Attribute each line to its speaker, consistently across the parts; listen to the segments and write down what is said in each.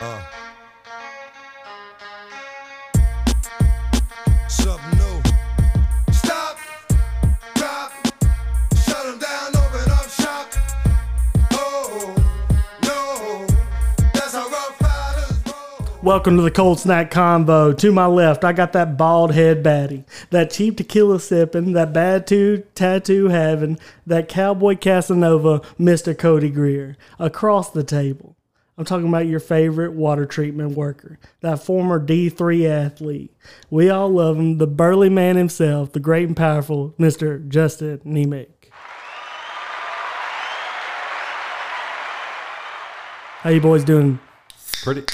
Speaker 1: Uh. Something new. Stop, drop, shut 'em down, open up shop. Oh, no, that's how rough riders roll.
Speaker 2: Welcome to the Cold Snack Combo. To my left, I got that bald head baddie, that cheap tequila sipping, that bad two tattoo having, that cowboy Casanova, Mr. Cody Greer. Across the table, I'm talking about your favorite water treatment worker, that former D3 athlete. We all love him, the burly man himself, the great and powerful Mr. Justin Nemec. How you boys doing?
Speaker 3: Pretty,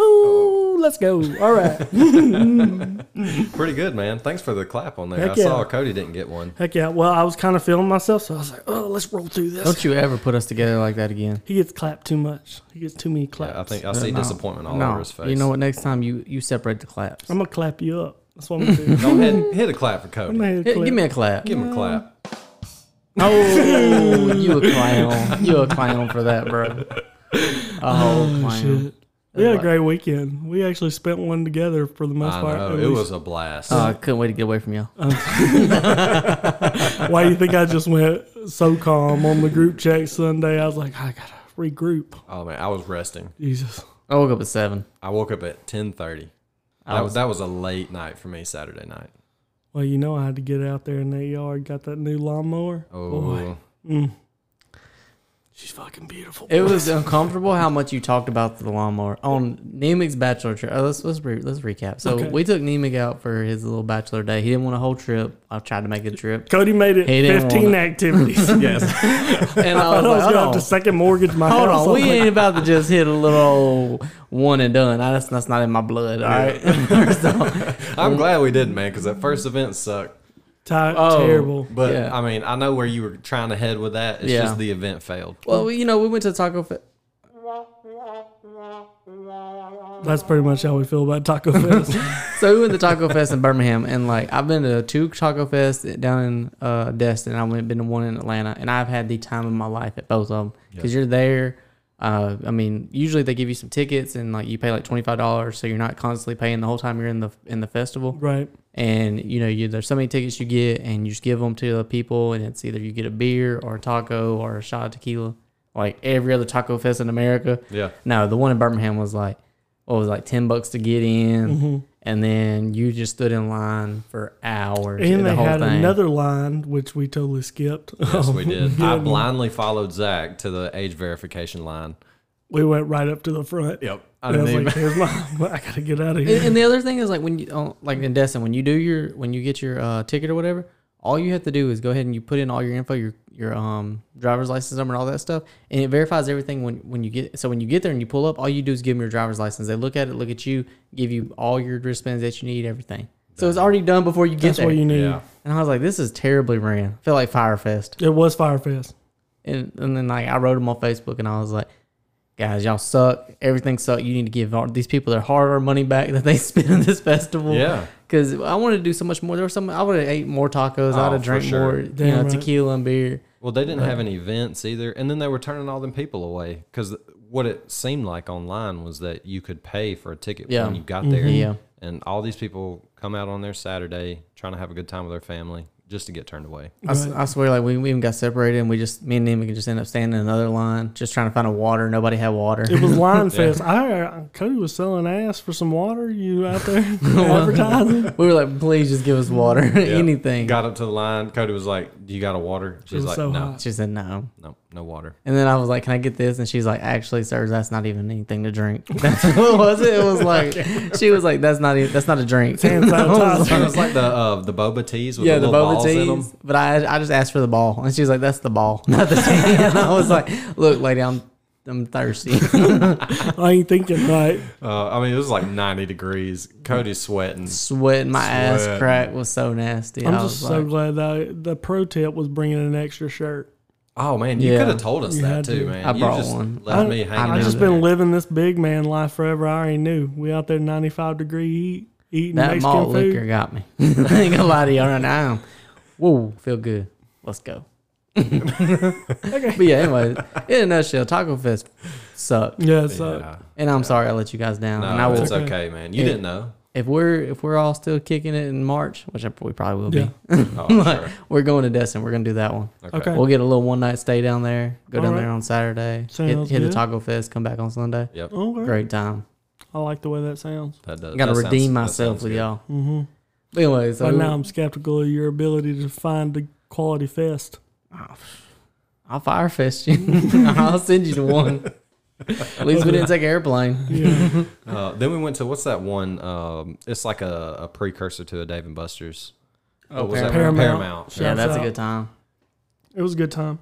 Speaker 2: Ooh, let's go. All right.
Speaker 3: pretty good, man. Thanks for the clap on there.
Speaker 2: Heck
Speaker 3: I
Speaker 2: yeah.
Speaker 3: saw Cody didn't get one.
Speaker 2: Heck yeah. Well, I was kind of feeling myself, so I was like, oh, let's roll through this.
Speaker 4: Don't you ever put us together like that again.
Speaker 2: He gets clapped too much. He gets too many claps.
Speaker 3: I think I see
Speaker 4: No.
Speaker 3: disappointment all
Speaker 4: no.
Speaker 3: over his face.
Speaker 4: You know what? Next time you you separate the claps.
Speaker 2: I'm going to clap you up. That's what I'm going to do.
Speaker 3: Go ahead, hit a clap for Cody.
Speaker 2: I'm gonna hit a
Speaker 4: Hey,
Speaker 2: clap.
Speaker 4: give me a clap.
Speaker 3: Give him a clap.
Speaker 4: Oh, you a clown. You a clown for that, bro. Oh, clown.
Speaker 2: we had a great weekend. We actually spent one together for the most
Speaker 3: I
Speaker 2: part.
Speaker 3: know it
Speaker 2: at least. Um,
Speaker 3: was a blast.
Speaker 4: Oh, I couldn't wait to get away from y'all.
Speaker 2: Why do you think I just went so calm on the group check Sunday? I was like, I got to regroup.
Speaker 3: oh man, I was resting.
Speaker 2: Jesus.
Speaker 4: I woke up at seven.
Speaker 3: I woke up at ten thirty. That was that was a late night for me Saturday night.
Speaker 2: Well, you know, I had to get out there in that yard, got that new lawnmower.
Speaker 3: Oh,
Speaker 2: Mm. She's fucking beautiful.
Speaker 4: It was uncomfortable how much you talked about the lawnmower on Nemec's bachelor trip. Oh, let's let's, re- let's recap. So
Speaker 2: Okay.
Speaker 4: we took Nemec out for his little bachelor day. He didn't want a whole trip. I tried to make it a trip,
Speaker 2: Cody made it
Speaker 4: He didn't
Speaker 2: 15
Speaker 4: want it.
Speaker 2: activities. yes.
Speaker 4: and
Speaker 2: I
Speaker 4: I
Speaker 2: was going
Speaker 4: was like,
Speaker 2: to have
Speaker 4: "Hold
Speaker 2: to
Speaker 4: on,
Speaker 2: second mortgage my
Speaker 4: hold
Speaker 2: house.
Speaker 4: on.
Speaker 2: I was
Speaker 4: we
Speaker 2: like,
Speaker 4: ain't about to just hit a little one and done. I, that's that's not in my blood. All right,
Speaker 3: I'm glad we didn't, man, because that first event sucked.
Speaker 2: Ti-
Speaker 4: Oh.
Speaker 2: terrible.
Speaker 3: But
Speaker 4: Yeah.
Speaker 3: I mean, I know where you were trying to head with that. It's
Speaker 4: Yeah.
Speaker 3: just the event failed.
Speaker 4: Well, we- you know, we went to Taco Fe-
Speaker 2: That's pretty much how we feel about Taco Fest.
Speaker 4: So we went to Taco Fest in Birmingham, and like I've been to two Taco Fest down in uh, Destin. I went been to one in Atlanta, and I've had the time of my life at both of them because you're there. Uh, I mean, usually they give you some tickets, and like you pay like twenty five dollars, so you're not constantly paying the whole time you're in the in the festival.
Speaker 2: right.
Speaker 4: And you know, you there's so many tickets you get, and you just give them to the people, and it's either you get a beer or a taco or a shot of tequila, like every other Taco Fest in America.
Speaker 3: Yeah.
Speaker 4: No, the one in Birmingham was like, what was it, like ten bucks to get in,
Speaker 2: Mm-hmm.
Speaker 4: and then you just stood in line for hours.
Speaker 2: And
Speaker 4: the
Speaker 2: they
Speaker 4: whole
Speaker 2: had
Speaker 4: thing.
Speaker 2: another line, which we totally skipped.
Speaker 4: oh,
Speaker 3: Yes, we did. I blindly followed Zach to the age verification line.
Speaker 2: we went right up to the front.
Speaker 3: Yep. I
Speaker 2: And I
Speaker 3: didn't
Speaker 2: was
Speaker 3: even,
Speaker 2: like, here's my, I got to get out of
Speaker 4: And,
Speaker 2: here.
Speaker 4: and the other thing is like when you oh, like in Destin, when you do your when you get your uh, ticket or whatever, all you have to do is go ahead and you put in all your info, your your um driver's license number and all that stuff, and it verifies everything when when you get so when you get there and you pull up, all you do is give them your driver's license. They look at it, look at you, give you all your wristbands that you need, everything. So it's already done before you get
Speaker 2: That's
Speaker 4: there.
Speaker 2: what you need.
Speaker 3: yeah.
Speaker 4: and I was like, this is terribly ran. I feel like Firefest.
Speaker 2: It was Firefest.
Speaker 4: and, and then like I wrote them on Facebook and I was like, guys, y'all suck. Everything suck. You need to give all these people their hard-earned money back that they spent in this festival.
Speaker 3: Yeah.
Speaker 4: Because I wanted to do so much more. There was some. I would have ate more tacos.
Speaker 3: Oh,
Speaker 4: I'd have
Speaker 3: for
Speaker 4: drank
Speaker 3: sure.
Speaker 4: more,
Speaker 2: Damn
Speaker 4: you know,
Speaker 2: right.
Speaker 4: tequila and beer.
Speaker 3: Well, they didn't have any events either, and then they were turning all them people away because what it seemed like online was that you could pay for a ticket
Speaker 4: Yeah. Mm-hmm.
Speaker 3: when you got there.
Speaker 4: Yeah.
Speaker 3: and all these people come out on their Saturday trying to have a good time with their family just to get turned away.
Speaker 4: I, s- I swear, like we, we even got separated, and we just me and him we could just end up standing in another line, just trying to find a water. Nobody had water.
Speaker 2: It was Line Fest. I, uh, Cody was selling ass for some water. You out there advertising?
Speaker 4: we were like, please just give us water, anything.
Speaker 3: Got up to the line. Cody was like, "Do you got a water?" She's
Speaker 2: was
Speaker 3: like,
Speaker 2: so
Speaker 3: "No,
Speaker 2: hot.
Speaker 4: She said no.
Speaker 3: no, no water."
Speaker 4: And then I was like, "Can I get this?" And she's like, "Actually, sir, that's not even anything to drink." That's what was it? It was like she was like, "That's not even, that's not a drink."
Speaker 2: Hand sanitizer.
Speaker 3: It was like the uh, the boba teas with
Speaker 4: yeah,
Speaker 3: the,
Speaker 4: the
Speaker 3: little
Speaker 4: boba
Speaker 3: balls in them.
Speaker 4: teas. But I I just asked for the ball, and she's like, "That's the ball, not the tea." and I was like, "Look, lady, I'm I'm thirsty."
Speaker 2: I ain't thinking right.
Speaker 3: Uh, I mean, it was like ninety degrees. Cody's sweating.
Speaker 4: Sweating my ass
Speaker 3: Sweat.
Speaker 4: crack was so nasty.
Speaker 2: I'm
Speaker 4: I
Speaker 2: just
Speaker 4: was
Speaker 2: so
Speaker 4: like,
Speaker 2: glad that the pro tip was bringing an extra shirt.
Speaker 3: Oh man, you
Speaker 4: Yeah.
Speaker 3: could have told us
Speaker 2: You
Speaker 3: that
Speaker 2: had
Speaker 3: too,
Speaker 2: to.
Speaker 3: man.
Speaker 4: I
Speaker 3: you
Speaker 4: brought
Speaker 3: just
Speaker 4: one.
Speaker 3: Left me hanging.
Speaker 2: I
Speaker 4: know
Speaker 3: out
Speaker 2: just
Speaker 3: there.
Speaker 2: been living this big man life forever. I already knew. We out there 95 degree heat, eating
Speaker 4: that
Speaker 2: Mexican
Speaker 4: malt
Speaker 2: food.
Speaker 4: liquor got me. I ain't gonna lie to y'all right now. Whoa, feel good. Let's go. But yeah, anyway, in a nutshell, Taco Fest sucked,
Speaker 2: Yeah, so
Speaker 3: Yeah.
Speaker 4: and I'm sorry I let you guys down.
Speaker 3: No,
Speaker 4: and I will,
Speaker 3: it's okay, man. You
Speaker 4: Yeah.
Speaker 3: didn't know.
Speaker 4: if we're if we're all still kicking it in March, which I- we probably will
Speaker 2: Yeah.
Speaker 4: be,
Speaker 3: Oh, I'm sure.
Speaker 4: we're going to Destin. We're gonna do that one.
Speaker 3: Okay.
Speaker 2: Okay.
Speaker 4: We'll get a little one night stay down there. Go
Speaker 2: All
Speaker 4: down
Speaker 2: right.
Speaker 4: there on Saturday.
Speaker 2: Sounds
Speaker 4: hit hit the
Speaker 2: good.
Speaker 4: Taco Fest. Come back on Sunday.
Speaker 3: Yep.
Speaker 2: okay.
Speaker 4: Great time.
Speaker 2: I like the way that sounds.
Speaker 3: That does.
Speaker 4: I gotta
Speaker 3: that sounds-
Speaker 4: redeem
Speaker 3: that
Speaker 4: myself
Speaker 3: sounds
Speaker 4: with
Speaker 3: good.
Speaker 4: y'all.
Speaker 2: Mm-hmm.
Speaker 4: But anyway, so
Speaker 2: but now I'm skeptical of your ability to find a quality fest.
Speaker 4: I'll fire fest you. I'll send you to one. At least we didn't take an airplane.
Speaker 2: Yeah.
Speaker 3: Uh, then we went to what's that one? Um, it's like a, a precursor to a Dave and Buster's.
Speaker 4: Oh,
Speaker 3: What was that one?
Speaker 2: Paramount.
Speaker 3: Paramount.
Speaker 4: Yeah,
Speaker 2: Shouts
Speaker 4: that's a
Speaker 2: out.
Speaker 4: good time.
Speaker 2: it was a good time.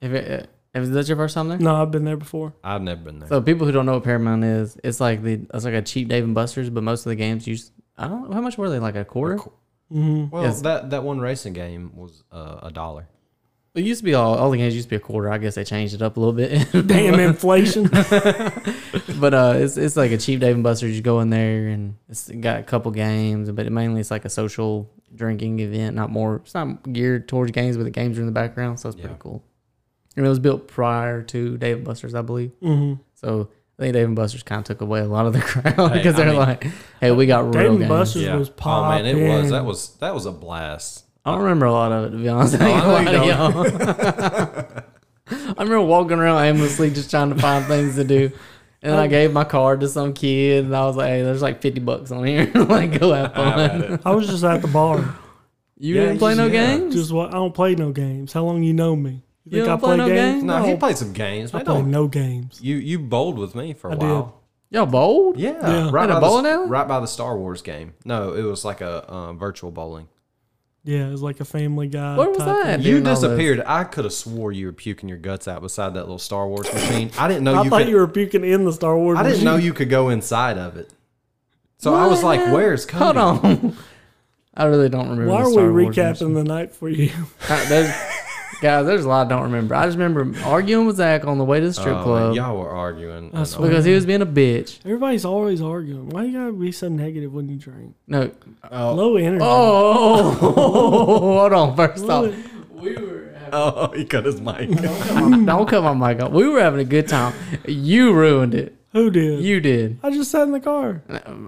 Speaker 4: If it, eh, if that's your first time there,
Speaker 2: No, I've been there before.
Speaker 3: I've never been there.
Speaker 4: so people who don't know what Paramount is, it's like the it's like a cheap Dave and Buster's, but most of the games use. I don't. How much were they? Like a quarter?
Speaker 2: Mm-hmm.
Speaker 3: well,
Speaker 4: yes.
Speaker 3: that, that one racing game was uh, a dollar.
Speaker 4: It used to be all all the games used to be a quarter. I guess they changed it up a little bit.
Speaker 2: Damn inflation.
Speaker 4: but uh, it's it's like a cheap Dave and Buster's. You go in there and it's got a couple games, but mainly it's like a social drinking event. Not more. It's not geared towards games, but the games are in the background, so it's
Speaker 3: Yeah.
Speaker 4: pretty cool. And it was built prior to Dave and Buster's, I believe.
Speaker 2: mm-hmm.
Speaker 4: So I think Dave and Buster's kind of took away a lot of the crowd
Speaker 3: Hey,
Speaker 4: because
Speaker 3: I
Speaker 4: they're
Speaker 3: mean-
Speaker 4: like, "Hey, we got real
Speaker 2: Dave and
Speaker 4: games."
Speaker 2: Buster's was
Speaker 3: Oh man,
Speaker 2: popping.
Speaker 3: it was. That was that was a blast.
Speaker 4: I don't remember a lot of it to be honest. I,
Speaker 3: Oh, I
Speaker 4: ain't
Speaker 3: know you
Speaker 4: gonna lie to y'all. I remember walking around aimlessly just trying to find things to do. And I gave my card to some kid and I was like, hey, there's like 50 bucks on here. like, go have
Speaker 3: I've
Speaker 4: fun.
Speaker 3: had it.
Speaker 2: I was just at the bar.
Speaker 4: You
Speaker 3: Yeah,
Speaker 4: didn't play no
Speaker 3: yeah.
Speaker 4: games?
Speaker 2: Just what? I don't play no games. How long you know me? You
Speaker 4: don't play no games?
Speaker 3: No, he
Speaker 2: No.
Speaker 3: played some games.
Speaker 2: I
Speaker 3: Man,
Speaker 2: play
Speaker 3: don't,
Speaker 2: no games.
Speaker 3: you you bowled with me for a
Speaker 2: I did.
Speaker 3: while.
Speaker 4: Y'all bowled?
Speaker 3: Yeah,
Speaker 2: Yeah.
Speaker 3: right
Speaker 4: At
Speaker 3: by
Speaker 4: a bowling
Speaker 3: the,
Speaker 4: alley?
Speaker 3: right by the Star Wars game. No, it was like a uh, virtual bowling.
Speaker 2: Yeah, it was like a Family Guy.
Speaker 4: Where was
Speaker 2: type of-
Speaker 4: that?
Speaker 3: You
Speaker 4: during all this?
Speaker 3: disappeared. I could have swore you were puking your guts out beside that little Star Wars machine. I didn't
Speaker 4: Oh,
Speaker 3: know
Speaker 2: I
Speaker 3: you.
Speaker 2: thought
Speaker 3: Could,
Speaker 2: you were puking in the Star Wars.
Speaker 3: I didn't
Speaker 2: machine.
Speaker 3: know you could go inside of it. So I was like,
Speaker 4: What?
Speaker 3: "Where's Cody?"
Speaker 4: Hold on. I really don't remember.
Speaker 2: Why
Speaker 4: the
Speaker 2: are
Speaker 4: Star
Speaker 2: we
Speaker 4: Wars
Speaker 2: recapping the night for you?
Speaker 4: Uh, there's, guys, there's a lot I don't remember. I just remember arguing with Zach on the way to the strip
Speaker 3: Oh,
Speaker 4: club
Speaker 3: y'all were arguing.
Speaker 2: I
Speaker 3: and
Speaker 2: swear.
Speaker 4: because he was being a bitch.
Speaker 2: Everybody's always arguing. Why you gotta be so negative when you drink?
Speaker 4: No.
Speaker 3: all-
Speaker 2: Low energy.
Speaker 4: Oh, hold on. First off,
Speaker 2: What?
Speaker 4: we were having,
Speaker 3: Oh, he cut his mic.
Speaker 4: don't cut my mic off. We were having a good time. You ruined it.
Speaker 2: Who did?
Speaker 4: You did
Speaker 2: I just sat in the car.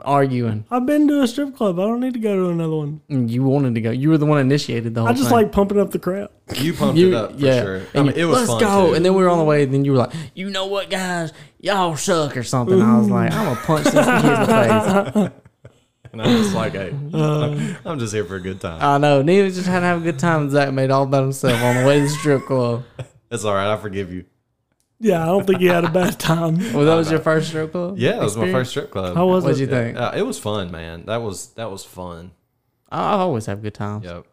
Speaker 4: arguing.
Speaker 2: I've been to a strip club. I don't need to go to another one.
Speaker 4: You wanted to go. You were the one who initiated the whole
Speaker 2: I just
Speaker 4: thing.
Speaker 2: like pumping up the crowd.
Speaker 3: you pumped
Speaker 4: You,
Speaker 3: it up for
Speaker 4: yeah,
Speaker 3: sure. I
Speaker 4: And
Speaker 3: mean,
Speaker 4: you-
Speaker 3: it was
Speaker 4: let's
Speaker 3: fun
Speaker 4: go.
Speaker 3: too.
Speaker 4: And then we were on the way, and then you were like, "You know what, guys, y'all suck" or something. I was like, "I'm gonna punch this kid in the face."
Speaker 3: And I'm just like, hey,
Speaker 4: Uh,
Speaker 3: I'm- I'm just here for a good time.
Speaker 4: I know. Neil was just trying to have a good time. and Zach made all about himself on the way to the strip club.
Speaker 3: It's all right. I forgive you.
Speaker 2: Yeah, I don't think you had a bad time.
Speaker 4: Well, that was your first strip club.
Speaker 3: Yeah, it was my
Speaker 4: experience?
Speaker 3: first strip club.
Speaker 2: How was
Speaker 4: What'd
Speaker 2: it?
Speaker 4: you think?
Speaker 3: Uh, it was fun, man. That was that was fun.
Speaker 4: I I always have good times.
Speaker 3: Yep.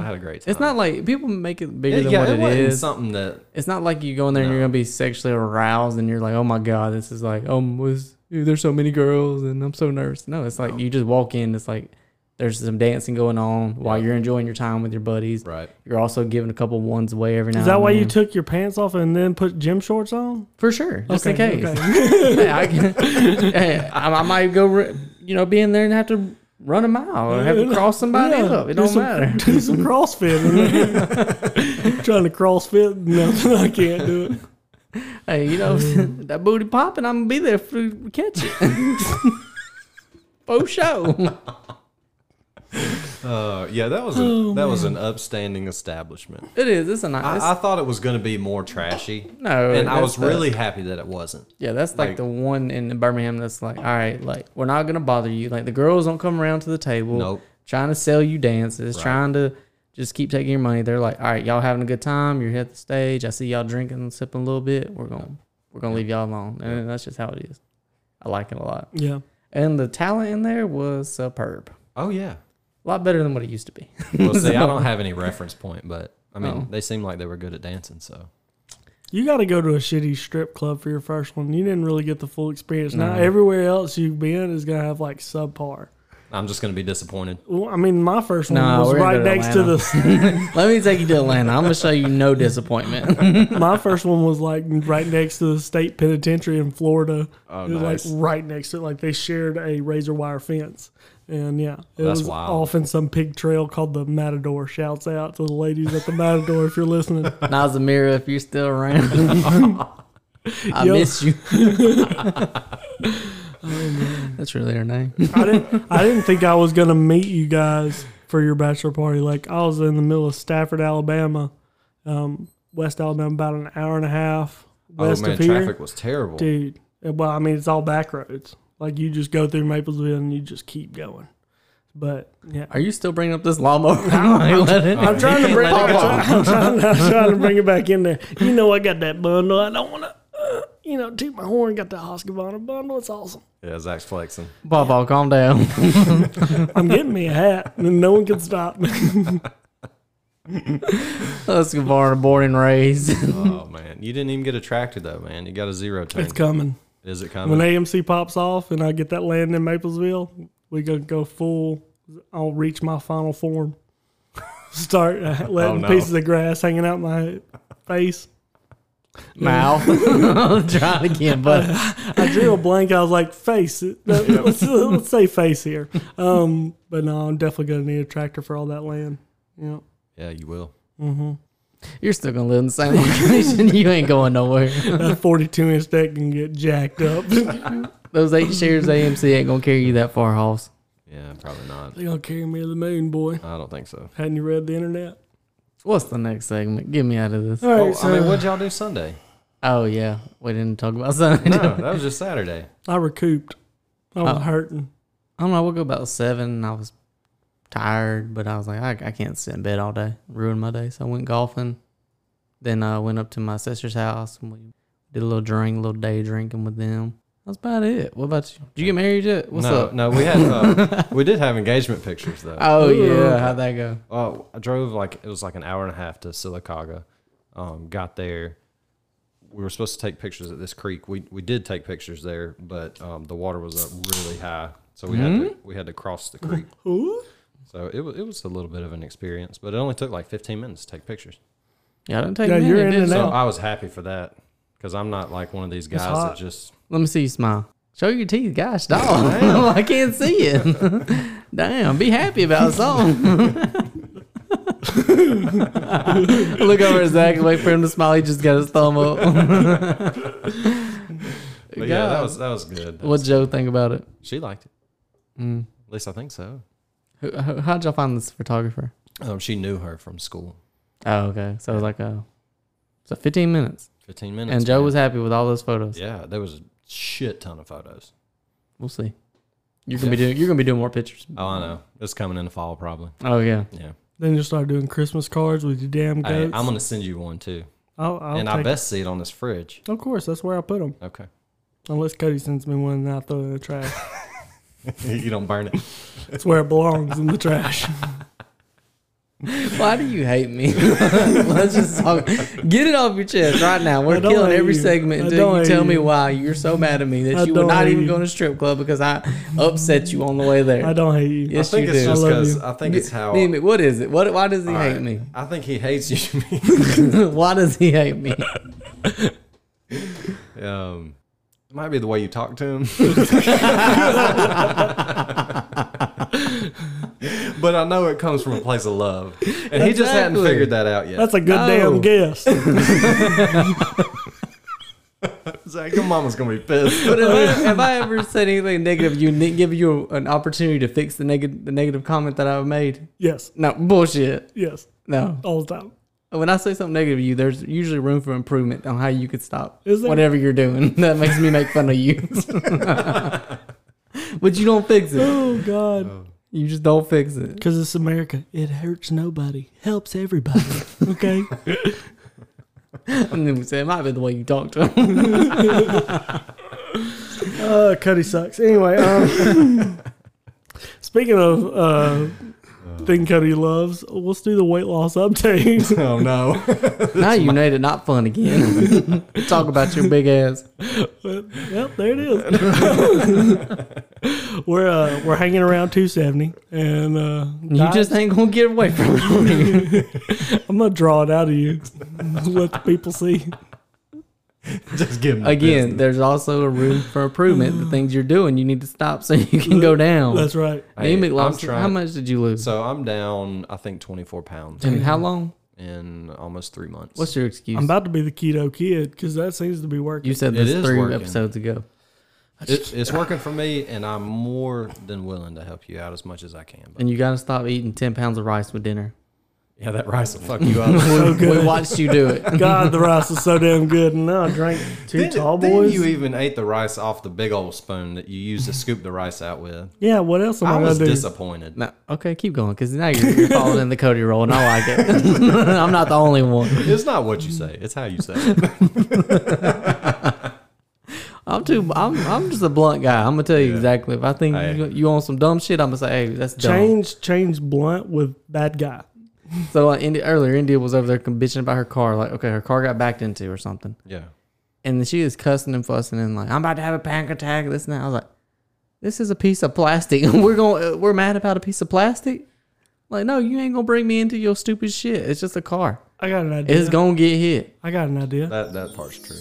Speaker 3: I had a great time.
Speaker 4: Mm-hmm. It's not like people make it bigger
Speaker 3: yeah,
Speaker 4: than
Speaker 3: yeah,
Speaker 4: what
Speaker 3: it,
Speaker 4: it
Speaker 3: wasn't
Speaker 4: is.
Speaker 3: something that
Speaker 4: It's not like you go in there and you're gonna be sexually aroused and you're like, oh my god, this is like, um, was dude, there's so many girls and I'm so nervous. No, it's like you just walk in. It's like there's some dancing going on while you're enjoying your time with your buddies.
Speaker 3: right.
Speaker 4: You're also giving a couple ones away every now.
Speaker 2: Is that
Speaker 4: and
Speaker 2: why you
Speaker 4: then.
Speaker 2: took your pants off and then put gym shorts on?
Speaker 4: For sure, just in
Speaker 2: Okay,
Speaker 4: case.
Speaker 2: okay.
Speaker 4: hey, I, can, hey, I, I might go, ru- you know, be in there and have to run a mile or have to cross somebody
Speaker 2: Yeah,
Speaker 4: up. It
Speaker 2: do
Speaker 4: don't
Speaker 2: some-
Speaker 4: matter.
Speaker 2: Do some CrossFit. and then- trying to CrossFit? No, I can't do it.
Speaker 4: Hey, you know, that booty popping, I'm going to be there to catch it. For sure.
Speaker 3: Uh, yeah, that was a,
Speaker 4: Oh,
Speaker 3: that was an upstanding establishment.
Speaker 4: It is. It's a nice.
Speaker 3: I, I thought it was going to be more trashy.
Speaker 4: No,
Speaker 3: and I
Speaker 4: that's
Speaker 3: was
Speaker 4: the-
Speaker 3: really happy that it wasn't.
Speaker 4: yeah, that's like,
Speaker 3: like-
Speaker 4: the one in Birmingham that's like, all right, like, we're not going to bother you. Like, the girls don't come around to the table
Speaker 3: Nope.
Speaker 4: trying to sell you dances, trying to just keep taking your money. They're like, all right, y'all having a good time. You're here at the stage. I see y'all drinking and sipping a little bit. We're going to we're gonna leave y'all alone. And that's just how it is. I like it a lot.
Speaker 2: Yeah.
Speaker 4: And the talent in there was superb.
Speaker 3: Oh yeah.
Speaker 4: A lot better than what it used to be.
Speaker 3: Well, see, I don't have any reference point, but I mean,
Speaker 4: Oh.
Speaker 3: they seemed like they were good at dancing. So
Speaker 2: You got to go to a shitty strip club for your first one. You didn't really get the full experience. Now,
Speaker 4: No.
Speaker 2: everywhere else you've been is going to have like subpar.
Speaker 3: I'm just going to be disappointed.
Speaker 2: Well, I mean, my first one
Speaker 4: Nah,
Speaker 2: was
Speaker 4: we're gonna
Speaker 2: right
Speaker 4: go to
Speaker 2: next to the.
Speaker 4: Let me take you to Atlanta. I'm gonna show you no disappointment.
Speaker 2: my first one was like right next to the state penitentiary in Florida.
Speaker 3: Oh,
Speaker 2: it was
Speaker 3: nice.
Speaker 2: like right next to it. Like they shared a razor wire fence. And yeah, it
Speaker 3: That's
Speaker 2: was
Speaker 3: wild.
Speaker 2: off in some pig trail called the Matador. Shouts out to the ladies at the Matador if you're listening.
Speaker 4: Nas Amira, if you're still around, I
Speaker 2: Yo.
Speaker 4: miss you. That's really her name.
Speaker 2: I didn't I didn't think I was gonna meet you guys for your bachelor party. Like I was in the middle of Stafford, Alabama, um, West Alabama, about an hour and a half west
Speaker 3: oh man,
Speaker 2: of here,
Speaker 3: traffic was terrible.
Speaker 2: dude. and, Well, I mean, it's all back roads. Like you just go through Maplesville and you just keep going. But yeah,
Speaker 4: Are you still bringing up this lawnmower? I'm
Speaker 2: I'm trying to bring. I'm trying, I'm trying- I'm trying to bring it back in there. You know, I got that bundle. I don't want to, uh, you know, toot my horn. Got the Husqvarna bundle. It's awesome.
Speaker 3: Yeah, Zach's flexing.
Speaker 4: Bob, calm down.
Speaker 2: I'm getting me a hat, and no one can stop me.
Speaker 4: Let's go born and born and raised.
Speaker 3: oh man, you didn't even get a tractor though, man. You got a zero turn.
Speaker 2: It's coming.
Speaker 3: Is it
Speaker 2: When
Speaker 3: coming?
Speaker 2: AMC pops off and I get that land in Maplesville, we gonna go full. I'll reach my final form. Start uh,
Speaker 3: Oh,
Speaker 2: letting
Speaker 3: no.
Speaker 2: pieces of grass hanging out my face.
Speaker 4: Mouth. Try it again, but
Speaker 2: I drew a blank. I was like, face. it. No, Let's, let's say face here. Um, but no, I'm definitely gonna need a tractor for all that land. Yeah.
Speaker 3: yeah, you will.
Speaker 4: you're still gonna live in the same location. You ain't going nowhere.
Speaker 2: That 42 inch deck can get jacked up. They're
Speaker 4: Those eight shares AMC ain't gonna carry you that far, Hoss.
Speaker 3: Yeah, probably not.
Speaker 2: gonna carry me to the moon, boy.
Speaker 3: I don't think so.
Speaker 2: Hadn't you read the internet?
Speaker 4: What's the next segment? Get me out of this.
Speaker 2: All right,
Speaker 3: Oh,
Speaker 2: so
Speaker 3: I
Speaker 2: I,
Speaker 3: mean, what'd y'all do Sunday?
Speaker 4: Oh yeah, we didn't talk about something.
Speaker 3: No, that was just Saturday.
Speaker 2: recouped. I
Speaker 3: Uh,
Speaker 2: was
Speaker 4: Oh.
Speaker 2: hurting.
Speaker 4: I don't know. I woke up about seven. And I was tired, but I was like, I, I can't sit in bed all day. Ruined my day. So I went golfing. Then I went up to my sister's house and we did a little drink, a little day drinking with them. That's about it. What about you? Did you get married yet? What's
Speaker 3: no,
Speaker 4: up?
Speaker 3: no, we had uh, we did have engagement pictures though.
Speaker 4: Oh
Speaker 2: Ooh.
Speaker 4: yeah, how'd that go?
Speaker 3: Oh, I drove like it was like an hour and a half to Sylacauga. Um, got there. We were supposed to take pictures at this creek. We we did take pictures there, but um, the water was up really high, so we had to,
Speaker 2: Hmm?
Speaker 3: we had to cross the creek.
Speaker 2: Ooh.
Speaker 3: So it was it was a little bit of an experience, but it only took like 15 minutes to take pictures.
Speaker 4: Yeah, I didn't take
Speaker 2: Yeah,
Speaker 4: many,
Speaker 2: you're in
Speaker 4: did
Speaker 2: and
Speaker 4: you?
Speaker 3: So
Speaker 2: No. out.
Speaker 3: I was happy for that because I'm not like one of these guys
Speaker 2: hot.
Speaker 3: that just
Speaker 4: Let me see you smile. Show your teeth, gosh, dog.
Speaker 3: Oh,
Speaker 4: I can't see it. Damn, be happy about something. Look over at Zach and wait for him to smile. He just got his thumb up.
Speaker 3: But yeah, that
Speaker 4: God.
Speaker 3: was that was good. That
Speaker 4: What
Speaker 3: was-
Speaker 4: Joe think about it? Mm.
Speaker 3: she liked it. At least I think so.
Speaker 4: Who- who- How'd y'all find this photographer?
Speaker 3: Um, she knew her from school.
Speaker 4: Oh, okay. So it was like a so 15 minutes,
Speaker 3: 15 minutes.
Speaker 4: and Joe
Speaker 3: man.
Speaker 4: was happy with all those photos.
Speaker 3: Yeah, there was a shit ton of photos.
Speaker 4: We'll see. You're gonna be doing. You're gonna be doing more pictures.
Speaker 3: Oh, I know. It's coming in the fall probably.
Speaker 4: Oh yeah.
Speaker 3: Yeah.
Speaker 2: Then you start doing Christmas cards with your damn
Speaker 3: Hey,
Speaker 2: goats.
Speaker 3: I'm gonna send you one too,
Speaker 2: I'll, I'll
Speaker 3: and
Speaker 2: take
Speaker 3: I best see it on this fridge.
Speaker 2: Of course, that's where I put them.
Speaker 3: Okay.
Speaker 2: Unless Cody sends me one and I throw it in the trash.
Speaker 3: you don't burn it.
Speaker 2: That's where it belongs in the trash.
Speaker 4: Why do you hate me? Let's just talk. Get it off your chest right now.
Speaker 2: I
Speaker 4: We're
Speaker 2: don't
Speaker 4: killing
Speaker 2: hate
Speaker 4: every
Speaker 2: you. I
Speaker 4: segment
Speaker 2: don't
Speaker 4: until you
Speaker 2: hate
Speaker 4: tell me
Speaker 2: you.
Speaker 4: why you're so mad at me that
Speaker 2: I
Speaker 4: you would
Speaker 2: don't
Speaker 4: not
Speaker 2: hate
Speaker 4: even
Speaker 2: you.
Speaker 4: go to strip club because I upset you on the way there.
Speaker 2: I don't hate you.
Speaker 4: Yes,
Speaker 3: I think
Speaker 4: you
Speaker 3: it's
Speaker 4: do.
Speaker 3: just
Speaker 2: I love
Speaker 3: because
Speaker 2: you.
Speaker 3: I think it's how.
Speaker 4: Name it. What is it? What? Why does he
Speaker 3: All
Speaker 4: hate
Speaker 3: right.
Speaker 4: me?
Speaker 3: I think he hates you.
Speaker 4: why does he hate me?
Speaker 3: um, it might be the way you talk to him. but I know it comes from a place of love, and he just hadn't
Speaker 4: Exactly.
Speaker 3: figured that out yet.
Speaker 2: That's a good damn
Speaker 4: No.
Speaker 2: guess.
Speaker 3: Zach, your mama's gonna be pissed.
Speaker 4: But if I, have I ever said anything negative, you ne- give you an opportunity to fix the negative the negative comment that I made.
Speaker 2: yes,
Speaker 4: No bullshit.
Speaker 2: yes,
Speaker 4: No.
Speaker 2: all the time.
Speaker 4: When I say something negative to you, there's usually room for improvement on how you could stop
Speaker 2: Is there?
Speaker 4: whatever you're doing. That makes me make fun of you. but you don't fix it.
Speaker 2: Oh God,
Speaker 4: You just don't fix it.
Speaker 2: because it's America. It hurts nobody, helps everybody. Okay,
Speaker 4: And then we say it might be the way you talk to him.
Speaker 2: uh, Cody sucks. Anyway, um, speaking of uh, thing Cody loves, let's do the weight loss update.
Speaker 3: Oh no!
Speaker 4: now you made it not fun again. talk about your big ass.
Speaker 2: Yep, there it is. we're uh, we're hanging around 270, and uh,
Speaker 4: You just ain't gonna get away from it.
Speaker 2: I'm gonna draw it out of you, let the people see.
Speaker 3: Just give them the
Speaker 4: Again,
Speaker 3: business.
Speaker 4: there's also a room for improvement. the things you're doing, you need to stop so you can go down.
Speaker 2: That's right.
Speaker 3: Hey,
Speaker 4: Namath
Speaker 3: I'm
Speaker 4: lost-
Speaker 3: trying-
Speaker 4: How much did you lose?
Speaker 3: So I'm down, I think, 24 pounds
Speaker 4: and how long?
Speaker 3: in almost three months.
Speaker 4: What's your excuse?
Speaker 2: I'm about to be the keto kid because that seems to be working.
Speaker 4: you said
Speaker 3: It
Speaker 4: this
Speaker 3: is
Speaker 4: three
Speaker 3: working.
Speaker 4: episodes ago.
Speaker 3: It, it's working for me, and I'm more than willing to help you out as much as I can. But
Speaker 4: And you got to stop eating 10 pounds of rice with dinner.
Speaker 3: yeah, that rice will fuck you up.
Speaker 2: so
Speaker 4: We
Speaker 2: good.
Speaker 4: watched you do it.
Speaker 2: God, the rice is so damn good. And now I drank two
Speaker 3: Then-
Speaker 2: tall
Speaker 3: then
Speaker 2: boys.
Speaker 3: you even ate the rice off the big old spoon that you used to scoop the rice out with.
Speaker 2: yeah, what else am I,
Speaker 3: I
Speaker 2: going
Speaker 3: was
Speaker 2: to do?
Speaker 3: disappointed.
Speaker 4: No, okay, keep going because now you're, you're falling in the Cody role, and I like it. I'm not the only one.
Speaker 3: It's not what you say; it's how you say it.
Speaker 4: I'm too. I'm. I'm just a blunt guy. I'm gonna tell you exactly if I think
Speaker 3: Hey.
Speaker 4: you, you on some dumb shit. I'm gonna say, hey, that's dumb.
Speaker 2: Change, change blunt with bad guy.
Speaker 4: So uh, India, earlier, India was over there bitching about her car. Like, okay, her car got backed into or something,
Speaker 3: Yeah,
Speaker 4: and then she is cussing and fussing and like, I'm about to have a panic attack. This and that. I was like, this is a piece of plastic. we're going. We're mad about a piece of plastic. Like, no, you ain't gonna bring me into your stupid shit. It's just a car.
Speaker 2: I got an idea.
Speaker 4: It's gonna get hit.
Speaker 2: I got an idea.
Speaker 3: that that part's true.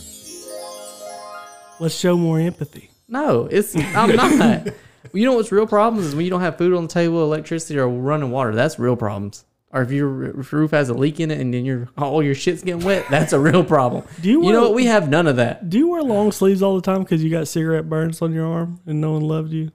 Speaker 2: Let's show more empathy.
Speaker 4: No, it's I'm not. you know what's real problems is when you don't have food on the table, electricity, or running water. That's real problems. Or if your r- roof has a leak in it and then your all your shit's getting wet, that's a real problem.
Speaker 2: Do you
Speaker 4: you know
Speaker 2: wanna-
Speaker 4: what? We have none of that.
Speaker 2: Do you wear long sleeves all the time because you got cigarette burns on your arm and no one loved you?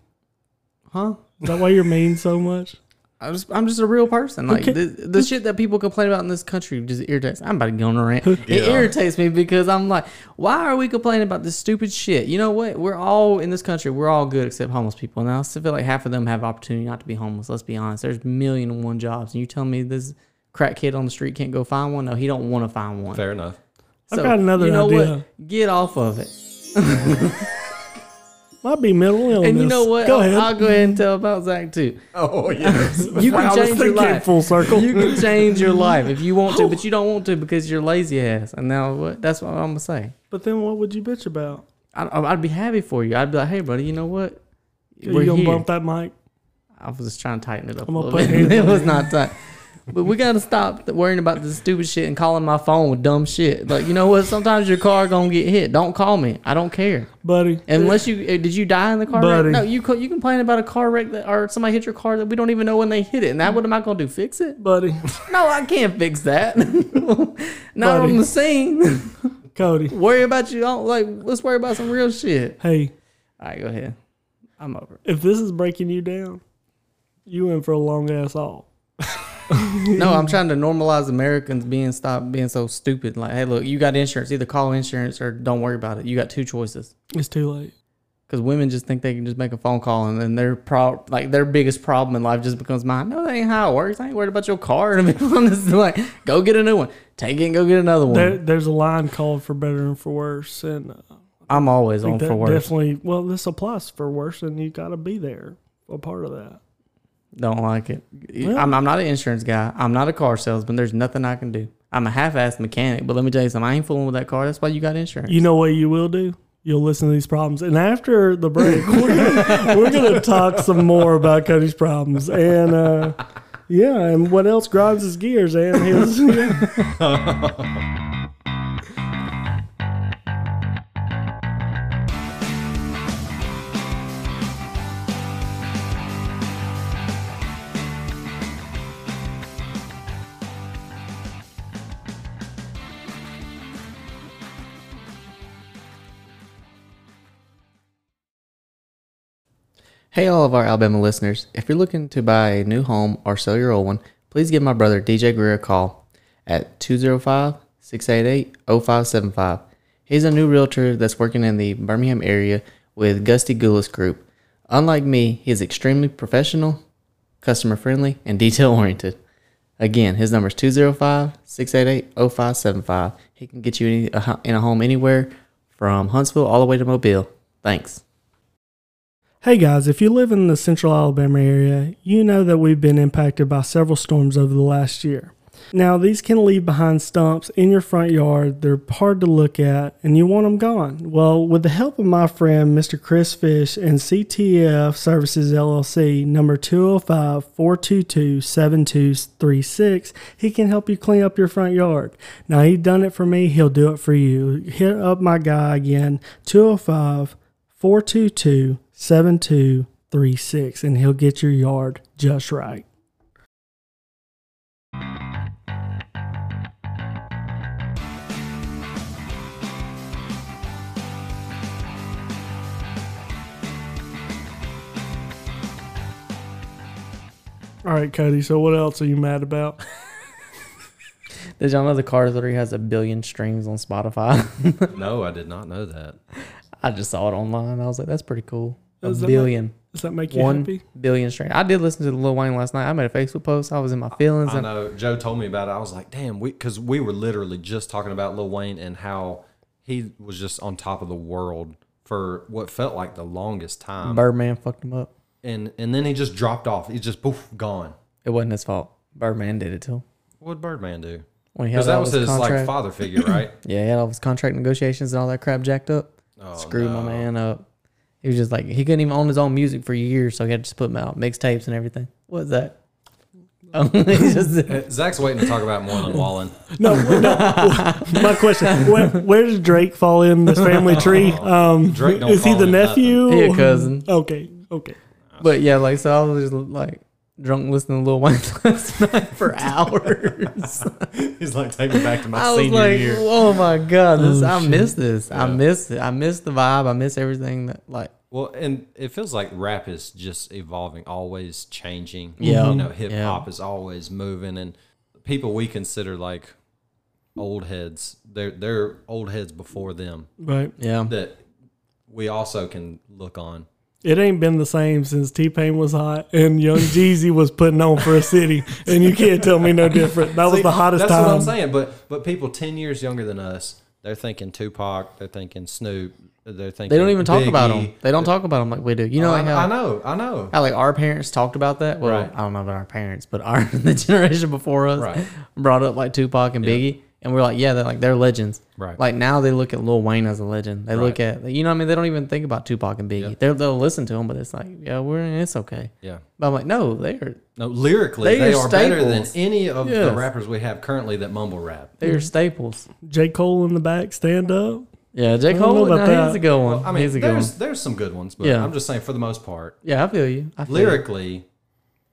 Speaker 4: Huh?
Speaker 2: Is that why you're mean so much?
Speaker 4: I'm just, I'm just a real person. Like
Speaker 2: Okay.
Speaker 4: the, the shit that people complain about in this country just irritates. I'm about to go on a rant. It
Speaker 3: Yeah.
Speaker 4: irritates me because I'm like, why are we complaining about this stupid shit? You know what? We're all in this country. We're all good except homeless people. And I still feel like half of them have opportunity not to be homeless. Let's be honest. There's a million and one jobs, and you tell me this crack kid on the street can't go find one? No, he don't want to find one.
Speaker 3: Fair enough.
Speaker 2: I've got another
Speaker 4: you know
Speaker 2: idea.
Speaker 4: what? Get off of it.
Speaker 2: Might be mental illness.
Speaker 4: And you know what?
Speaker 2: Go
Speaker 4: I'll-
Speaker 2: ahead.
Speaker 4: I'll go ahead and tell about Zach too.
Speaker 3: Oh yes.
Speaker 4: You can
Speaker 2: Wow,
Speaker 4: change
Speaker 2: this thing
Speaker 4: your
Speaker 2: came
Speaker 4: life.
Speaker 2: full circle.
Speaker 4: You can change your life if you want to, but you don't want to because you're lazy ass. And now what? That's what I'm gonna say.
Speaker 2: but then what would you bitch about?
Speaker 4: I, I'd be happy for you. I'd be like, hey, buddy, you know what?
Speaker 2: Are
Speaker 4: We're
Speaker 2: you gonna
Speaker 4: here.
Speaker 2: bump that mic?
Speaker 4: I was just trying to tighten it up
Speaker 2: I'm
Speaker 4: a
Speaker 2: gonna
Speaker 4: little
Speaker 2: put
Speaker 4: bit.
Speaker 2: hands
Speaker 4: it
Speaker 2: on
Speaker 4: was not tight. But we gotta stop th- worrying about this stupid shit and calling my phone with dumb shit. Like you know what? Sometimes your car gonna get hit. Don't call me. I don't care.
Speaker 2: buddy.
Speaker 4: Unless you eh, did you die in the car
Speaker 2: Buddy.
Speaker 4: wreck? No, you co- you complain about a car wreck that or somebody hit your car that we don't even know when they hit it. And
Speaker 2: Mm.
Speaker 4: that what am I gonna do? Fix it?
Speaker 2: buddy,
Speaker 4: No, I can't fix that. Not
Speaker 2: Buddy.
Speaker 4: on the scene.
Speaker 2: Cody.
Speaker 4: worry about you. Don't, like, let's worry about some real shit.
Speaker 2: Hey,
Speaker 4: All right, go ahead. I'm over. it.
Speaker 2: if this is breaking you down, you in for a long ass haul.
Speaker 4: No, I'm trying to normalize Americans being stopped being so stupid. Like, hey, look, you got insurance. Either call insurance or don't worry about it. You got two choices.
Speaker 2: It's too late.
Speaker 4: Because women just think they can just make a phone call and then their pro- like their biggest problem in life just becomes mine. No, that ain't how it works. I ain't worried about your car. And if I'm honest, like, go get a new one. Take it and go get another one.
Speaker 2: There, there's a line called for better and for worse, and uh,
Speaker 4: I'm always
Speaker 2: I
Speaker 4: on
Speaker 2: think that
Speaker 4: for worse.
Speaker 2: definitely. Well, this applies for worse, and you got to be there, a part of that.
Speaker 4: Don't like it.
Speaker 2: Well-
Speaker 4: I'm, I'm not an insurance guy. I'm not a car salesman. There's nothing I can do. I'm a half-assed mechanic, but let me tell you something. I ain't fooling with that car. That's why you got insurance.
Speaker 2: You know what you will do? You'll listen to these problems. And after the break, we're gonna, we're gonna talk some more about Cody's problems. And uh, yeah, and what else grinds his gears and his
Speaker 4: Hey, all of our Alabama listeners. If you're looking to buy a new home or sell your old one, please give my brother DJ Greer a call at 205-688-0575. He's a new realtor that's working in the Birmingham area with Gusty Goulas Group. Unlike me, he is extremely professional, customer friendly, and detail oriented. Again, his number is 205 688 0575. He can get you any, a hu- in a home anywhere from Huntsville all the way to Mobile. Thanks.
Speaker 2: Hey guys, if you live in the central Alabama area, you know that we've been impacted by several storms over the last year. Now, these can leave behind stumps in your front yard. They're hard to look at, and you want them gone. Well, with the help of my friend, Mr. Chris Fish and CTF Services LLC, number 205 422 7236, he can help you clean up your front yard. Now, he done it for me, he'll do it for you. Hit up my guy again, 205 422 7236, and he'll get your yard just right. All right, Cody. So, what else are you mad about?
Speaker 4: Did y'all know the Carter Three has a billion streams on Spotify?
Speaker 3: No, I did not know that.
Speaker 4: I just saw it online. I was like, that's pretty cool. A
Speaker 2: Does that
Speaker 4: billion.
Speaker 2: Does that make you
Speaker 4: One
Speaker 2: happy?
Speaker 4: billion streams. I did listen to the Lil Wayne last night. I made a Facebook post. I was in my feelings.
Speaker 3: I
Speaker 4: And
Speaker 3: know Joe told me about it. I was like, damn, we because we were literally just talking about Lil Wayne and how he was just on top of the world for what felt like the longest time,
Speaker 4: Birdman fucked him up.
Speaker 3: and and then he just dropped off. He's just poof gone.
Speaker 4: It wasn't his fault. Birdman did it to him.
Speaker 3: What did Birdman do?
Speaker 4: When he had
Speaker 3: Because that
Speaker 4: all
Speaker 3: was
Speaker 4: his
Speaker 3: his like
Speaker 4: contract.
Speaker 3: father figure, right?
Speaker 4: yeah, he had all his contract negotiations and all that crap jacked up.
Speaker 3: Oh,
Speaker 4: Screwed
Speaker 3: no.
Speaker 4: my man up. He was just like he couldn't even own his own music for years, so he had to just put him out mixtapes and everything. What's that? Um, he's just-
Speaker 3: Uh, Zach's waiting to talk about Morland Wallen.
Speaker 2: No, no. My question: where, where does Drake fall in this family tree? Um,
Speaker 3: Oh, Drake don't
Speaker 2: is he
Speaker 3: fall
Speaker 2: the
Speaker 3: in
Speaker 2: nephew?
Speaker 4: He a cousin.
Speaker 2: Okay, okay.
Speaker 4: But yeah, like so I was just like drunk listening to Lil Wayne last night for hours.
Speaker 3: He's like, take me back to my
Speaker 4: I was
Speaker 3: senior
Speaker 4: like,
Speaker 3: year.
Speaker 4: oh my god, this,
Speaker 2: Oh,
Speaker 4: I
Speaker 2: shit.
Speaker 4: miss this. I
Speaker 3: Yeah.
Speaker 4: miss it. I miss the vibe. I miss everything that like
Speaker 3: Well, and it feels like rap is just evolving, always changing.
Speaker 4: Yeah.
Speaker 3: You know, hip
Speaker 4: Yeah.
Speaker 3: hop is always moving and people we consider like old heads, they're they're old heads before them
Speaker 2: Right.
Speaker 4: yeah.
Speaker 3: that we also can look on.
Speaker 2: It ain't been the same since T Pain was hot and Young Jeezy was putting on for a city, and you can't tell me no different. That was
Speaker 3: See,
Speaker 2: the hottest
Speaker 3: That's
Speaker 2: time.
Speaker 3: what I'm saying. But but people ten years younger than us, they're thinking Tupac, they're thinking Snoop, they're thinking
Speaker 4: They don't even talk about
Speaker 3: Biggie. Oh,
Speaker 4: them. They don't talk about them like we do. You know,
Speaker 3: I,
Speaker 4: like how,
Speaker 3: I know, I know.
Speaker 4: how like our parents talked about that. Well,
Speaker 3: Right.
Speaker 4: I don't know about our parents, but our the generation before us
Speaker 3: Right.
Speaker 4: brought up like Tupac and Biggie, and we're like, yeah, they're like they're legends.
Speaker 3: Right.
Speaker 4: Like now they look at Lil Wayne as a legend. They look at you know what I mean. They don't even think about Tupac and Biggie. They're, they'll listen to them, but it's like yeah, we're it's okay.
Speaker 3: Yeah.
Speaker 4: But I'm like no, they're
Speaker 3: No, lyrically,
Speaker 4: They
Speaker 3: they,
Speaker 4: are
Speaker 3: are better than
Speaker 4: staples.
Speaker 3: any of
Speaker 4: Yes.
Speaker 3: the rappers we have currently that mumble rap.
Speaker 4: they're staples.
Speaker 2: J Cole in the back, stand up.
Speaker 4: Yeah, J
Speaker 2: I don't
Speaker 4: Cole.
Speaker 2: know about
Speaker 4: no,
Speaker 2: that.
Speaker 4: he's a good one.
Speaker 3: I mean,
Speaker 4: he's a good one.
Speaker 3: there's there's some good ones, but
Speaker 4: Yeah.
Speaker 3: I'm just saying for the most part,
Speaker 4: Yeah, I feel you. I feel you.
Speaker 3: lyrically,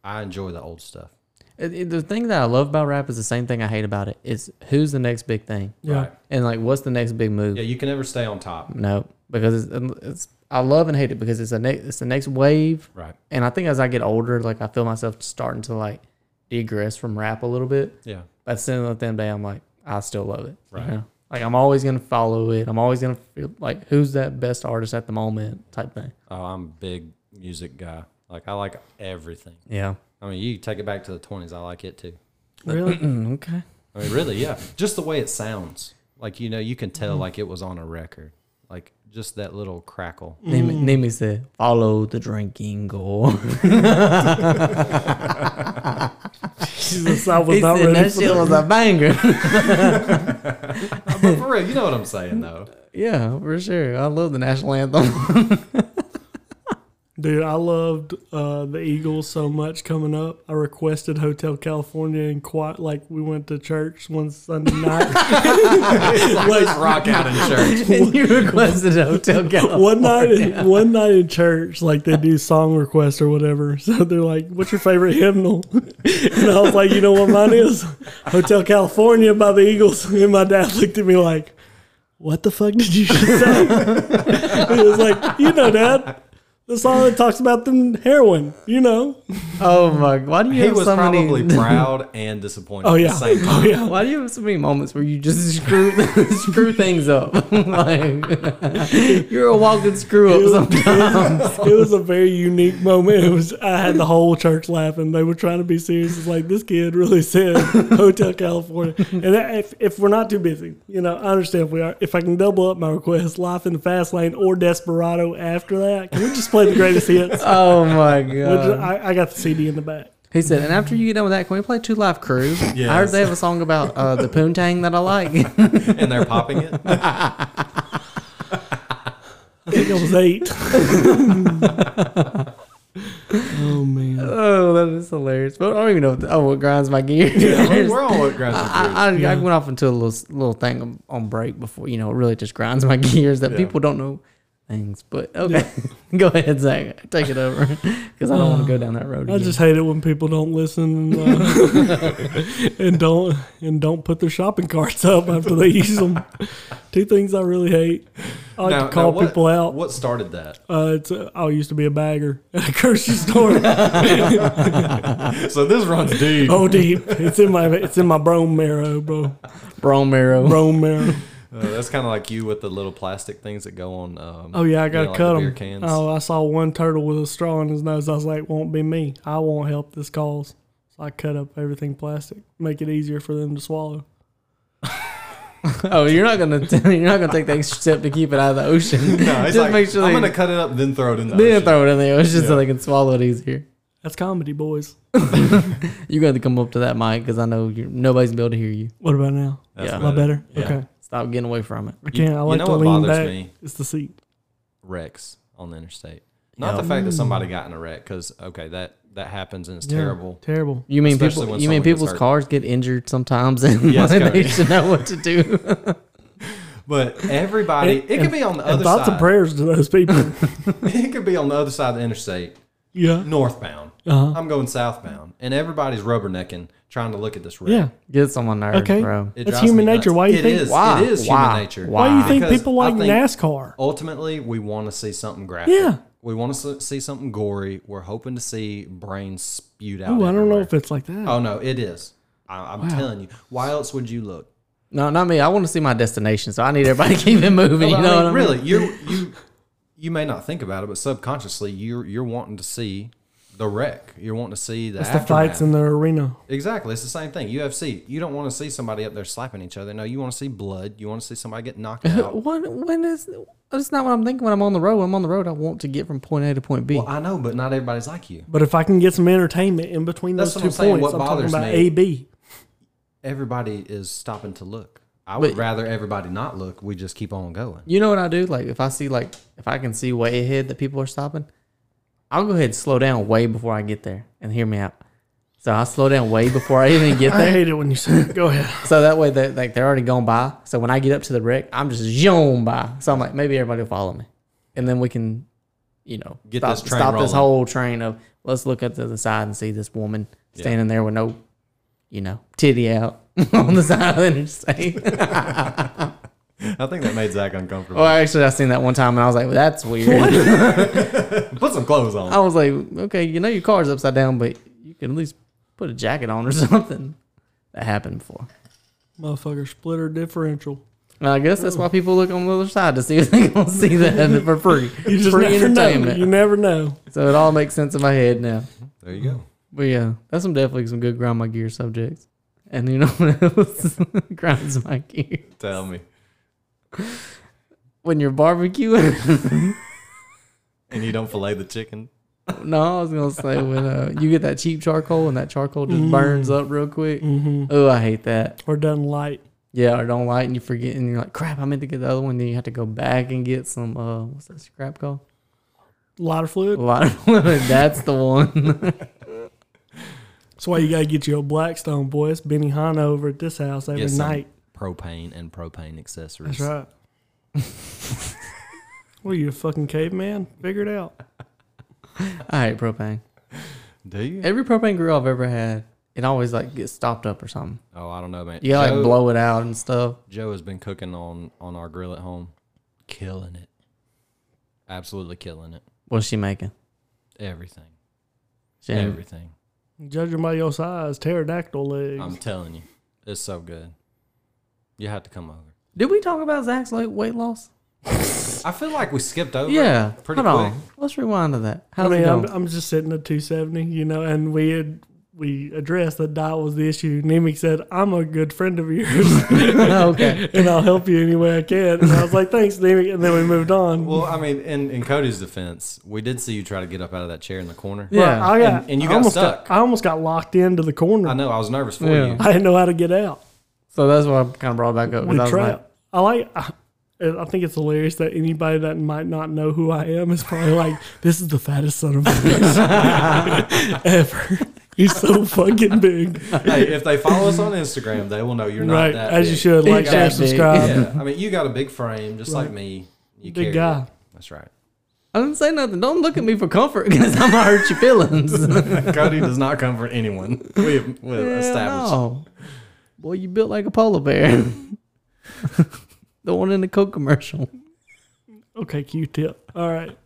Speaker 3: I enjoy the old stuff.
Speaker 4: It- it- the thing that I love about rap is the same thing I hate about it. It's who's the next big thing,
Speaker 2: Yeah.
Speaker 3: Right.
Speaker 4: and like what's the next big move.
Speaker 3: Yeah, you can never stay on top.
Speaker 4: No, because it's, it's I love and hate it because it's the next it's the next wave,
Speaker 3: Right.
Speaker 4: and I think as I get older, like I feel myself starting to like degress from rap a little bit.
Speaker 3: Yeah.
Speaker 4: But at the end of the day, I'm like I still love it. you
Speaker 3: Right.
Speaker 4: know? Like I'm always gonna follow it. I'm always gonna feel like who's that best artist at the moment type thing.
Speaker 3: Oh, I'm a big music guy. Like I like everything.
Speaker 4: Yeah.
Speaker 3: I mean, you take it back to the 20s. I like it too.
Speaker 2: Really?
Speaker 4: okay.
Speaker 3: I mean, really, yeah. Just the way it sounds. Like you know, you can
Speaker 4: Mm-hmm.
Speaker 3: tell like it was on a record. Like just that little crackle.
Speaker 4: Name Nemi said, "Follow the drinking goal."
Speaker 2: Jesus, I was
Speaker 4: He
Speaker 2: not
Speaker 4: said
Speaker 2: ready
Speaker 4: that
Speaker 2: for
Speaker 4: shit
Speaker 2: that.
Speaker 4: was a banger.
Speaker 3: but for real, you know what I'm saying though.
Speaker 4: yeah, for sure. I love the national anthem.
Speaker 2: Dude, I loved uh, the Eagles so much coming up. I requested Hotel California and quite like we went to church one Sunday night.
Speaker 3: Let's rock out in church.
Speaker 4: and you requested Hotel California.
Speaker 2: one night, in, one night in church, like they do song requests or whatever. So they're like, "What's your favorite hymnal?" and I was like, "You know what mine is? Hotel California by the Eagles." And my dad looked at me like, "What the fuck did you just say?" he was like, "You know, Dad." The song that talks about them heroin, you know.
Speaker 4: Oh my! Why do you
Speaker 3: He
Speaker 4: have
Speaker 3: was
Speaker 4: so many?
Speaker 3: probably proud and disappointed.
Speaker 2: Oh
Speaker 3: at the
Speaker 2: yeah,
Speaker 3: same time.
Speaker 2: oh yeah.
Speaker 4: Why do you have so many moments where you just screw screw things up? like you're a walking screw up. sometimes.
Speaker 2: it was a very unique moment. It was I had the whole church laughing. They were trying to be serious. It's like this kid really said Hotel California. And that, if, if we're not too busy, you know, I understand if we are. If I can double up my request, Life in the Fast Lane or Desperado after that, can we just play the greatest hits?
Speaker 4: Oh my
Speaker 2: Which
Speaker 4: god!
Speaker 2: I, I got the CD in the back.
Speaker 4: He said, and after you get done with that, can we play Two Life Crew? I heard
Speaker 3: Yes.
Speaker 4: they have a song about uh, the poontang that I like.
Speaker 3: and they're popping it.
Speaker 2: I think I was eight. oh man.
Speaker 4: oh, that is hilarious. But I don't even know. What the, oh, what grinds my gears?
Speaker 3: We're, we're all at Grimes
Speaker 4: I, I, I went off into a little little thing on- on break before you know it really just grinds my gears that
Speaker 3: Yeah.
Speaker 4: people don't know things. But okay, go ahead, Zach, take it over because I don't want to go down that road.
Speaker 2: I
Speaker 4: again.
Speaker 2: just hate it when people don't listen and, uh, and don't and don't put their shopping carts up after they use them. Two things I really hate. I like
Speaker 3: Now-
Speaker 2: to call
Speaker 3: now what-
Speaker 2: people out.
Speaker 3: What started that?
Speaker 2: Uh, it's uh, I used to be a bagger at a grocery store.
Speaker 3: So this runs deep.
Speaker 2: oh deep. It's in my it's in my bone marrow, bro.
Speaker 4: Brom Marrow.
Speaker 2: Bone marrow.
Speaker 3: Uh, that's kind of like you with the little plastic things that go on. Um,
Speaker 2: Oh yeah, I gotta
Speaker 3: you know, like the
Speaker 2: cut
Speaker 3: beer
Speaker 2: 'em. cut
Speaker 3: cans.
Speaker 2: them. Oh, I saw one turtle with a straw in his nose. I was like, "Won't be me. I won't help this cause." So I cut up everything plastic, make it easier for them to swallow.
Speaker 4: Oh, you're not gonna you're not gonna take the extra step to keep it out of the ocean.
Speaker 3: No, it's
Speaker 4: just
Speaker 3: like,
Speaker 4: make sure
Speaker 3: I'm
Speaker 4: they
Speaker 3: gonna cut it up, then throw it in the
Speaker 4: then
Speaker 3: ocean.
Speaker 4: throw it in the ocean so they can swallow it easier.
Speaker 2: That's comedy, boys.
Speaker 4: You're gonna have to come up to that mic because I know you're, nobody's gonna be able to hear you.
Speaker 2: What about now?
Speaker 3: That's
Speaker 4: Yeah.
Speaker 2: Am I better?
Speaker 3: Yeah.
Speaker 2: Okay.
Speaker 4: Stop getting away from it.
Speaker 2: I can't. I
Speaker 3: you
Speaker 2: like
Speaker 3: know
Speaker 2: to
Speaker 3: what
Speaker 2: lean
Speaker 3: bothers
Speaker 2: back.
Speaker 3: me?
Speaker 2: It's the seat.
Speaker 3: Wrecks on the interstate. Not the fact that somebody got in a wreck, because okay, that that happens and it's
Speaker 2: Yeah,
Speaker 3: terrible.
Speaker 2: Terrible.
Speaker 4: You mean
Speaker 3: Especially
Speaker 4: people?
Speaker 3: when
Speaker 4: You mean
Speaker 3: someone gets
Speaker 4: people's
Speaker 3: hurt.
Speaker 4: cars get injured sometimes, and
Speaker 3: Yes,
Speaker 4: they
Speaker 3: Cody.
Speaker 4: should know what to do.
Speaker 3: But everybody,
Speaker 2: And-
Speaker 3: it could be on the
Speaker 2: And
Speaker 3: other
Speaker 2: thoughts
Speaker 3: side.
Speaker 2: and prayers to those people.
Speaker 3: It could be on the other side of the interstate,
Speaker 2: yeah.
Speaker 3: northbound.
Speaker 2: Uh-huh.
Speaker 3: I'm going southbound, and everybody's rubbernecking, trying to look at this wreck.
Speaker 2: Yeah.
Speaker 4: Get some on nerves,
Speaker 2: Okay.
Speaker 4: bro.
Speaker 3: It
Speaker 2: That's
Speaker 3: drives
Speaker 2: human
Speaker 3: me
Speaker 2: nature.
Speaker 3: nuts.
Speaker 2: Why you
Speaker 3: It
Speaker 2: think-
Speaker 3: is-
Speaker 4: Why?
Speaker 3: It is
Speaker 4: Why?
Speaker 3: human nature.
Speaker 4: Why?
Speaker 2: Why do you think
Speaker 3: Because
Speaker 2: people
Speaker 3: I
Speaker 2: like
Speaker 3: think-
Speaker 2: NASCAR?
Speaker 3: ultimately we want to see something graphic.
Speaker 2: Yeah.
Speaker 3: We want to see something gory. We're hoping to see brains spewed out.
Speaker 2: Oh, I don't know
Speaker 3: everywhere.
Speaker 2: if it's like that.
Speaker 3: Oh no, it is. I, I'm telling you. Why else would you look?
Speaker 4: No, not me. I want to see my destination, so I need everybody to keep it moving. You
Speaker 3: But,
Speaker 4: know
Speaker 3: I
Speaker 4: what I
Speaker 3: mean,
Speaker 4: mean?
Speaker 3: really, you you you may not think about it, but subconsciously you're you're wanting to see the wreck. You're wanting to see the
Speaker 2: it's the fights in the arena.
Speaker 3: Exactly. It's the same thing. UFC. You don't want to see somebody up there slapping each other. No, you want to see blood. You want to see somebody get knocked out.
Speaker 4: When, when is that's not what I'm thinking when I'm on the road. When I'm on the road, I want to get from point A to point B.
Speaker 3: well, I know, but not everybody's like you.
Speaker 2: But if I can get some entertainment in between
Speaker 3: That's
Speaker 2: those
Speaker 3: what
Speaker 2: two
Speaker 3: I'm saying. What
Speaker 2: points, I'm talking
Speaker 3: bothers
Speaker 2: about
Speaker 3: me-
Speaker 2: A B.
Speaker 3: everybody is stopping to look. I would rather everybody not look. We just keep on going.
Speaker 4: You know what I do? Like if I see like if I can see way ahead that people are stopping, I'll go ahead and slow down way before I get there and hear me out. So I slow down way before I even get
Speaker 2: I
Speaker 4: there.
Speaker 2: hate it when you say, it. "Go ahead."
Speaker 4: So that way they like they're already gone by. So when I get up to the wreck, I'm just zoom by. So I'm like, maybe everybody will follow me. And then we can, you know,
Speaker 3: Get
Speaker 4: stop,
Speaker 3: this train
Speaker 4: stop this
Speaker 3: rolling.
Speaker 4: whole train of let's look up to the side and see this woman standing there with no, you know, titty out on the side of the interstate.
Speaker 3: I think that made Zach uncomfortable.
Speaker 4: well, actually, I seen that one time and I was like, well, that's weird.
Speaker 3: Put some clothes on.
Speaker 4: I was like, okay, you know your car's upside down, but you can at least put a jacket on or something. That happened before.
Speaker 2: Motherfucker, splitter differential.
Speaker 4: And I guess that's why people look on the other side to see if they gonna see that for free.
Speaker 2: You just
Speaker 4: free
Speaker 2: never know.
Speaker 4: entertainment.
Speaker 2: You never know.
Speaker 4: So it all makes sense in my head now.
Speaker 3: There you go.
Speaker 4: But yeah, that's some definitely some good grind my gear subjects. And you know what else grinds my gear?
Speaker 3: Tell me.
Speaker 4: When you're barbecuing.
Speaker 3: And you don't fillet the chicken.
Speaker 4: no, I was gonna say when uh, you get that cheap charcoal and that charcoal just
Speaker 2: Mm.
Speaker 4: burns up real quick. Oh, I hate that.
Speaker 2: Or Mm-hmm. done light.
Speaker 4: Yeah, or don't light and you forget and you're like, crap, I meant to get the other one. Then you have to go back and get some, uh, what's that scrap called?
Speaker 2: Lighter
Speaker 4: A
Speaker 2: fluid.
Speaker 4: lot of That's the one.
Speaker 2: That's why you gotta get your Blackstone boy. It's Benny Hanna over at this house every
Speaker 3: Get some
Speaker 2: night.
Speaker 3: Propane and propane accessories.
Speaker 2: That's right. what are you a fucking caveman? Figure it out.
Speaker 4: I hate propane.
Speaker 3: Do you?
Speaker 4: Every propane grill I've ever had, it always like gets stopped up or something.
Speaker 3: Oh, I don't know, man.
Speaker 4: You gotta
Speaker 3: Joe-
Speaker 4: like blow it out and stuff.
Speaker 3: Joe has been cooking on on our grill at home, killing it. Absolutely killing it.
Speaker 4: What's she making?
Speaker 3: Everything.
Speaker 4: She ain't-
Speaker 3: Everything.
Speaker 2: Judging by your size, pterodactyl legs.
Speaker 3: I'm telling you, it's so good. You have to come over.
Speaker 4: Did we talk about Zach's like weight loss?
Speaker 3: I feel like we skipped over. it
Speaker 4: Yeah.
Speaker 3: Pretty
Speaker 4: Hold
Speaker 3: quick.
Speaker 4: on. Let's rewind to that.
Speaker 2: I
Speaker 4: How's it
Speaker 2: mean, I'm,
Speaker 4: going?
Speaker 2: I'm just sitting at 270, you know, and we had we addressed that diet was the issue. Nemec said, "I'm a good friend of yours,
Speaker 4: okay.
Speaker 2: and I'll help you any way I can." And I was like, "Thanks, Nemec," and then we moved on.
Speaker 3: Well, I mean, in, in Cody's defense, we did see you try to get up out of that chair in the corner.
Speaker 4: Yeah.
Speaker 2: Well, I got,
Speaker 3: And- and you
Speaker 2: I
Speaker 3: got
Speaker 2: almost
Speaker 3: stuck.
Speaker 2: Got, I almost got locked into the corner.
Speaker 3: I know. I was nervous for
Speaker 4: Yeah.
Speaker 3: you.
Speaker 2: I didn't know how to get out.
Speaker 4: So that's what I kind of brought back up. 'cause
Speaker 2: We
Speaker 4: I was
Speaker 2: tried.
Speaker 4: like,
Speaker 2: I like. I, I think it's hilarious that anybody that might not know who I am is probably like, "This is the fattest son of a bitch ever. He's so fucking big."
Speaker 3: hey, if they follow us on Instagram, they will know you're not
Speaker 2: right,
Speaker 3: that
Speaker 2: as
Speaker 3: big.
Speaker 2: you should.
Speaker 4: Big
Speaker 2: Like,
Speaker 4: guy,
Speaker 2: share,
Speaker 4: big.
Speaker 2: subscribe.
Speaker 3: Yeah, I mean, you got a big frame, just like me. You
Speaker 2: Big
Speaker 3: carry
Speaker 2: guy.
Speaker 3: It. That's right.
Speaker 4: I didn't say nothing. Don't look at me for comfort because I'm gonna hurt your feelings.
Speaker 3: Cody does not comfort anyone. We have, we have established.
Speaker 4: Hell no. Boy, you built like a polar bear. the one in the Coke commercial.
Speaker 2: Okay, Q-tip. All right.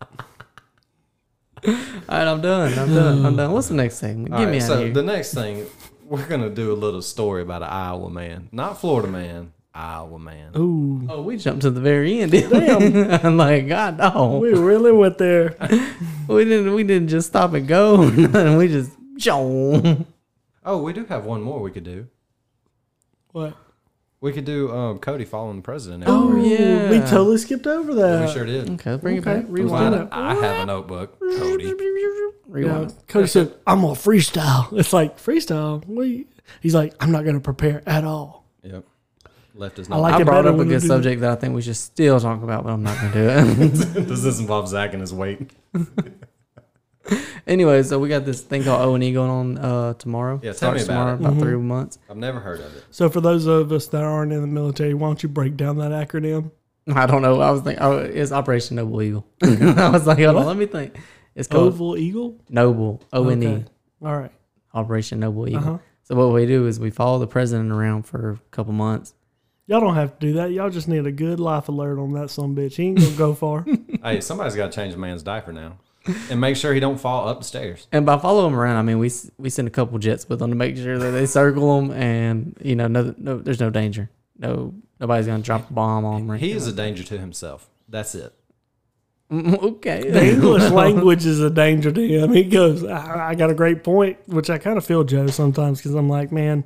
Speaker 4: All right, I'm done. I'm done. I'm done. What's the next segment? Get
Speaker 3: All
Speaker 4: me
Speaker 3: right,
Speaker 4: out
Speaker 3: so
Speaker 4: of here.
Speaker 3: the next thing, we're gonna do a little story about an Iowa man, not Florida man, Iowa man.
Speaker 2: Ooh,
Speaker 4: oh, we jumped to the very end. didn't we? I'm like, God, no.
Speaker 2: we really went there.
Speaker 4: We didn't. We didn't just stop and go. and we just. All
Speaker 3: Oh, we do have one more we could do.
Speaker 2: What?
Speaker 3: We could do um, Cody following the president.
Speaker 2: Ooh,
Speaker 4: yeah.
Speaker 2: we totally skipped over that.
Speaker 3: we sure did.
Speaker 4: Okay, bring
Speaker 2: Oh, Okay,
Speaker 4: it back.
Speaker 2: rewind
Speaker 3: Why
Speaker 2: it.
Speaker 3: do I have a notebook, Cody.
Speaker 2: Yeah,
Speaker 4: Rewind.
Speaker 2: Cody said, "I'm gonna freestyle." It's like freestyle. What you- He's like, "I'm not gonna prepare at all."
Speaker 3: Yep. Left is
Speaker 2: I like
Speaker 3: not.
Speaker 4: I,
Speaker 2: it
Speaker 4: brought
Speaker 2: better
Speaker 4: up a
Speaker 2: when we
Speaker 4: good
Speaker 2: do-
Speaker 4: subject that I think we should still talk about, but I'm not gonna do it.
Speaker 3: Does this involve Zach and his weight?
Speaker 4: anyway, so we got this thing called O and E going on uh, tomorrow.
Speaker 3: Yeah, tell
Speaker 4: Starts
Speaker 3: me about
Speaker 4: tomorrow,
Speaker 3: it.
Speaker 2: Mm-hmm.
Speaker 4: about three months.
Speaker 3: I've never heard of it.
Speaker 2: So, for those of us that aren't in the military, why don't you break down that acronym?
Speaker 4: I don't know. I was thinking oh, it's Operation Noble Eagle. I was like, hold on, let me think. It's called
Speaker 2: Oval Eagle.
Speaker 4: Noble Oh. O N E
Speaker 2: Okay. All right.
Speaker 4: Operation Noble Eagle.
Speaker 2: Uh-huh.
Speaker 4: So what we do is we follow the president around for a couple months.
Speaker 2: Y'all don't have to do that. Y'all just need a good life alert on that son of a bitch. He ain't gonna go far.
Speaker 3: hey, somebody's got to change a man's diaper now, and make sure he don't fall up the stairs.
Speaker 4: And by follow them around, I mean we s- we send a couple jets with them to make sure that they circle them, and you know, no, no, there's no danger. No, nobody's gonna drop a bomb on them. or
Speaker 3: He
Speaker 4: anything
Speaker 3: is a danger to himself. That's it.
Speaker 4: Mm, okay.
Speaker 2: The English language is a danger to him. He goes, I, I got a great point, which I kind of feel Joe sometimes because I'm like, man,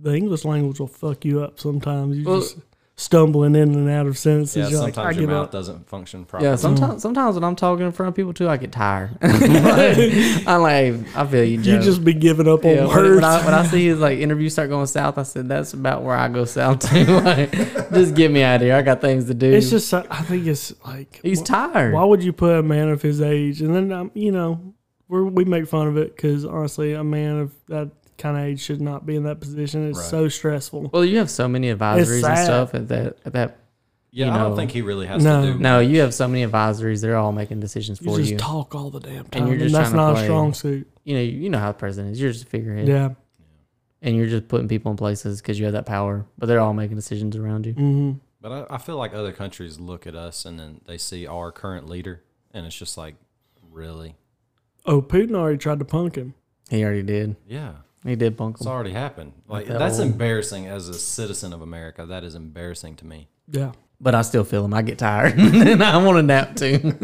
Speaker 2: the English language will fuck you up sometimes. You
Speaker 4: Well-
Speaker 2: just stumbling in and out of sentences.
Speaker 3: Yeah,
Speaker 2: You're like,
Speaker 3: sometimes
Speaker 2: I
Speaker 3: your
Speaker 2: give
Speaker 3: mouth
Speaker 2: up.
Speaker 3: doesn't function properly.
Speaker 4: yeah, sometimes sometimes when I'm talking in front of people too, I get tired. I'm like, I feel you, Joe.
Speaker 2: You just be giving up on
Speaker 4: yeah, when,
Speaker 2: words.
Speaker 4: when I, when I see his like interviews start going south, I said that's about where I go south too. like, just get me out of here. I got things to do.
Speaker 2: it's just, so- I think it's like,
Speaker 4: he's tired.
Speaker 2: why would you put a man of his age? And then, um, you know, we're, we make fun of it because honestly, a man of that kind of age should not be in that position. It's
Speaker 3: Right.
Speaker 2: so stressful.
Speaker 4: well, you have so many advisories and
Speaker 2: sad.
Speaker 4: stuff at that at that.
Speaker 3: Yeah,
Speaker 4: you
Speaker 3: I
Speaker 4: know.
Speaker 3: don't think he really has
Speaker 2: No.
Speaker 3: to do.
Speaker 4: No, you have so many advisories. They're all making decisions
Speaker 2: You
Speaker 4: for
Speaker 2: just
Speaker 4: you.
Speaker 2: talk all the damn time.
Speaker 4: you're
Speaker 2: and
Speaker 4: just
Speaker 2: that's
Speaker 4: trying to
Speaker 2: not a
Speaker 4: play.
Speaker 2: strong suit.
Speaker 4: you know, you know how the president is. You're just a figurehead,
Speaker 2: Yeah.
Speaker 4: and you're just putting people in places because you have that power. But they're all making decisions around you.
Speaker 2: Mm-hmm.
Speaker 3: But I, I feel like other countries look at us and then they see our current leader, and it's just like, really?
Speaker 2: Oh, Putin already tried to punk him.
Speaker 4: He already did.
Speaker 3: Yeah,
Speaker 4: He did punk 'em.
Speaker 3: it's already happened. Like
Speaker 4: that
Speaker 3: that's
Speaker 4: old-
Speaker 3: embarrassing as a citizen of America. That is embarrassing to me.
Speaker 2: Yeah.
Speaker 4: but I still feel him. I get tired and I want a nap too.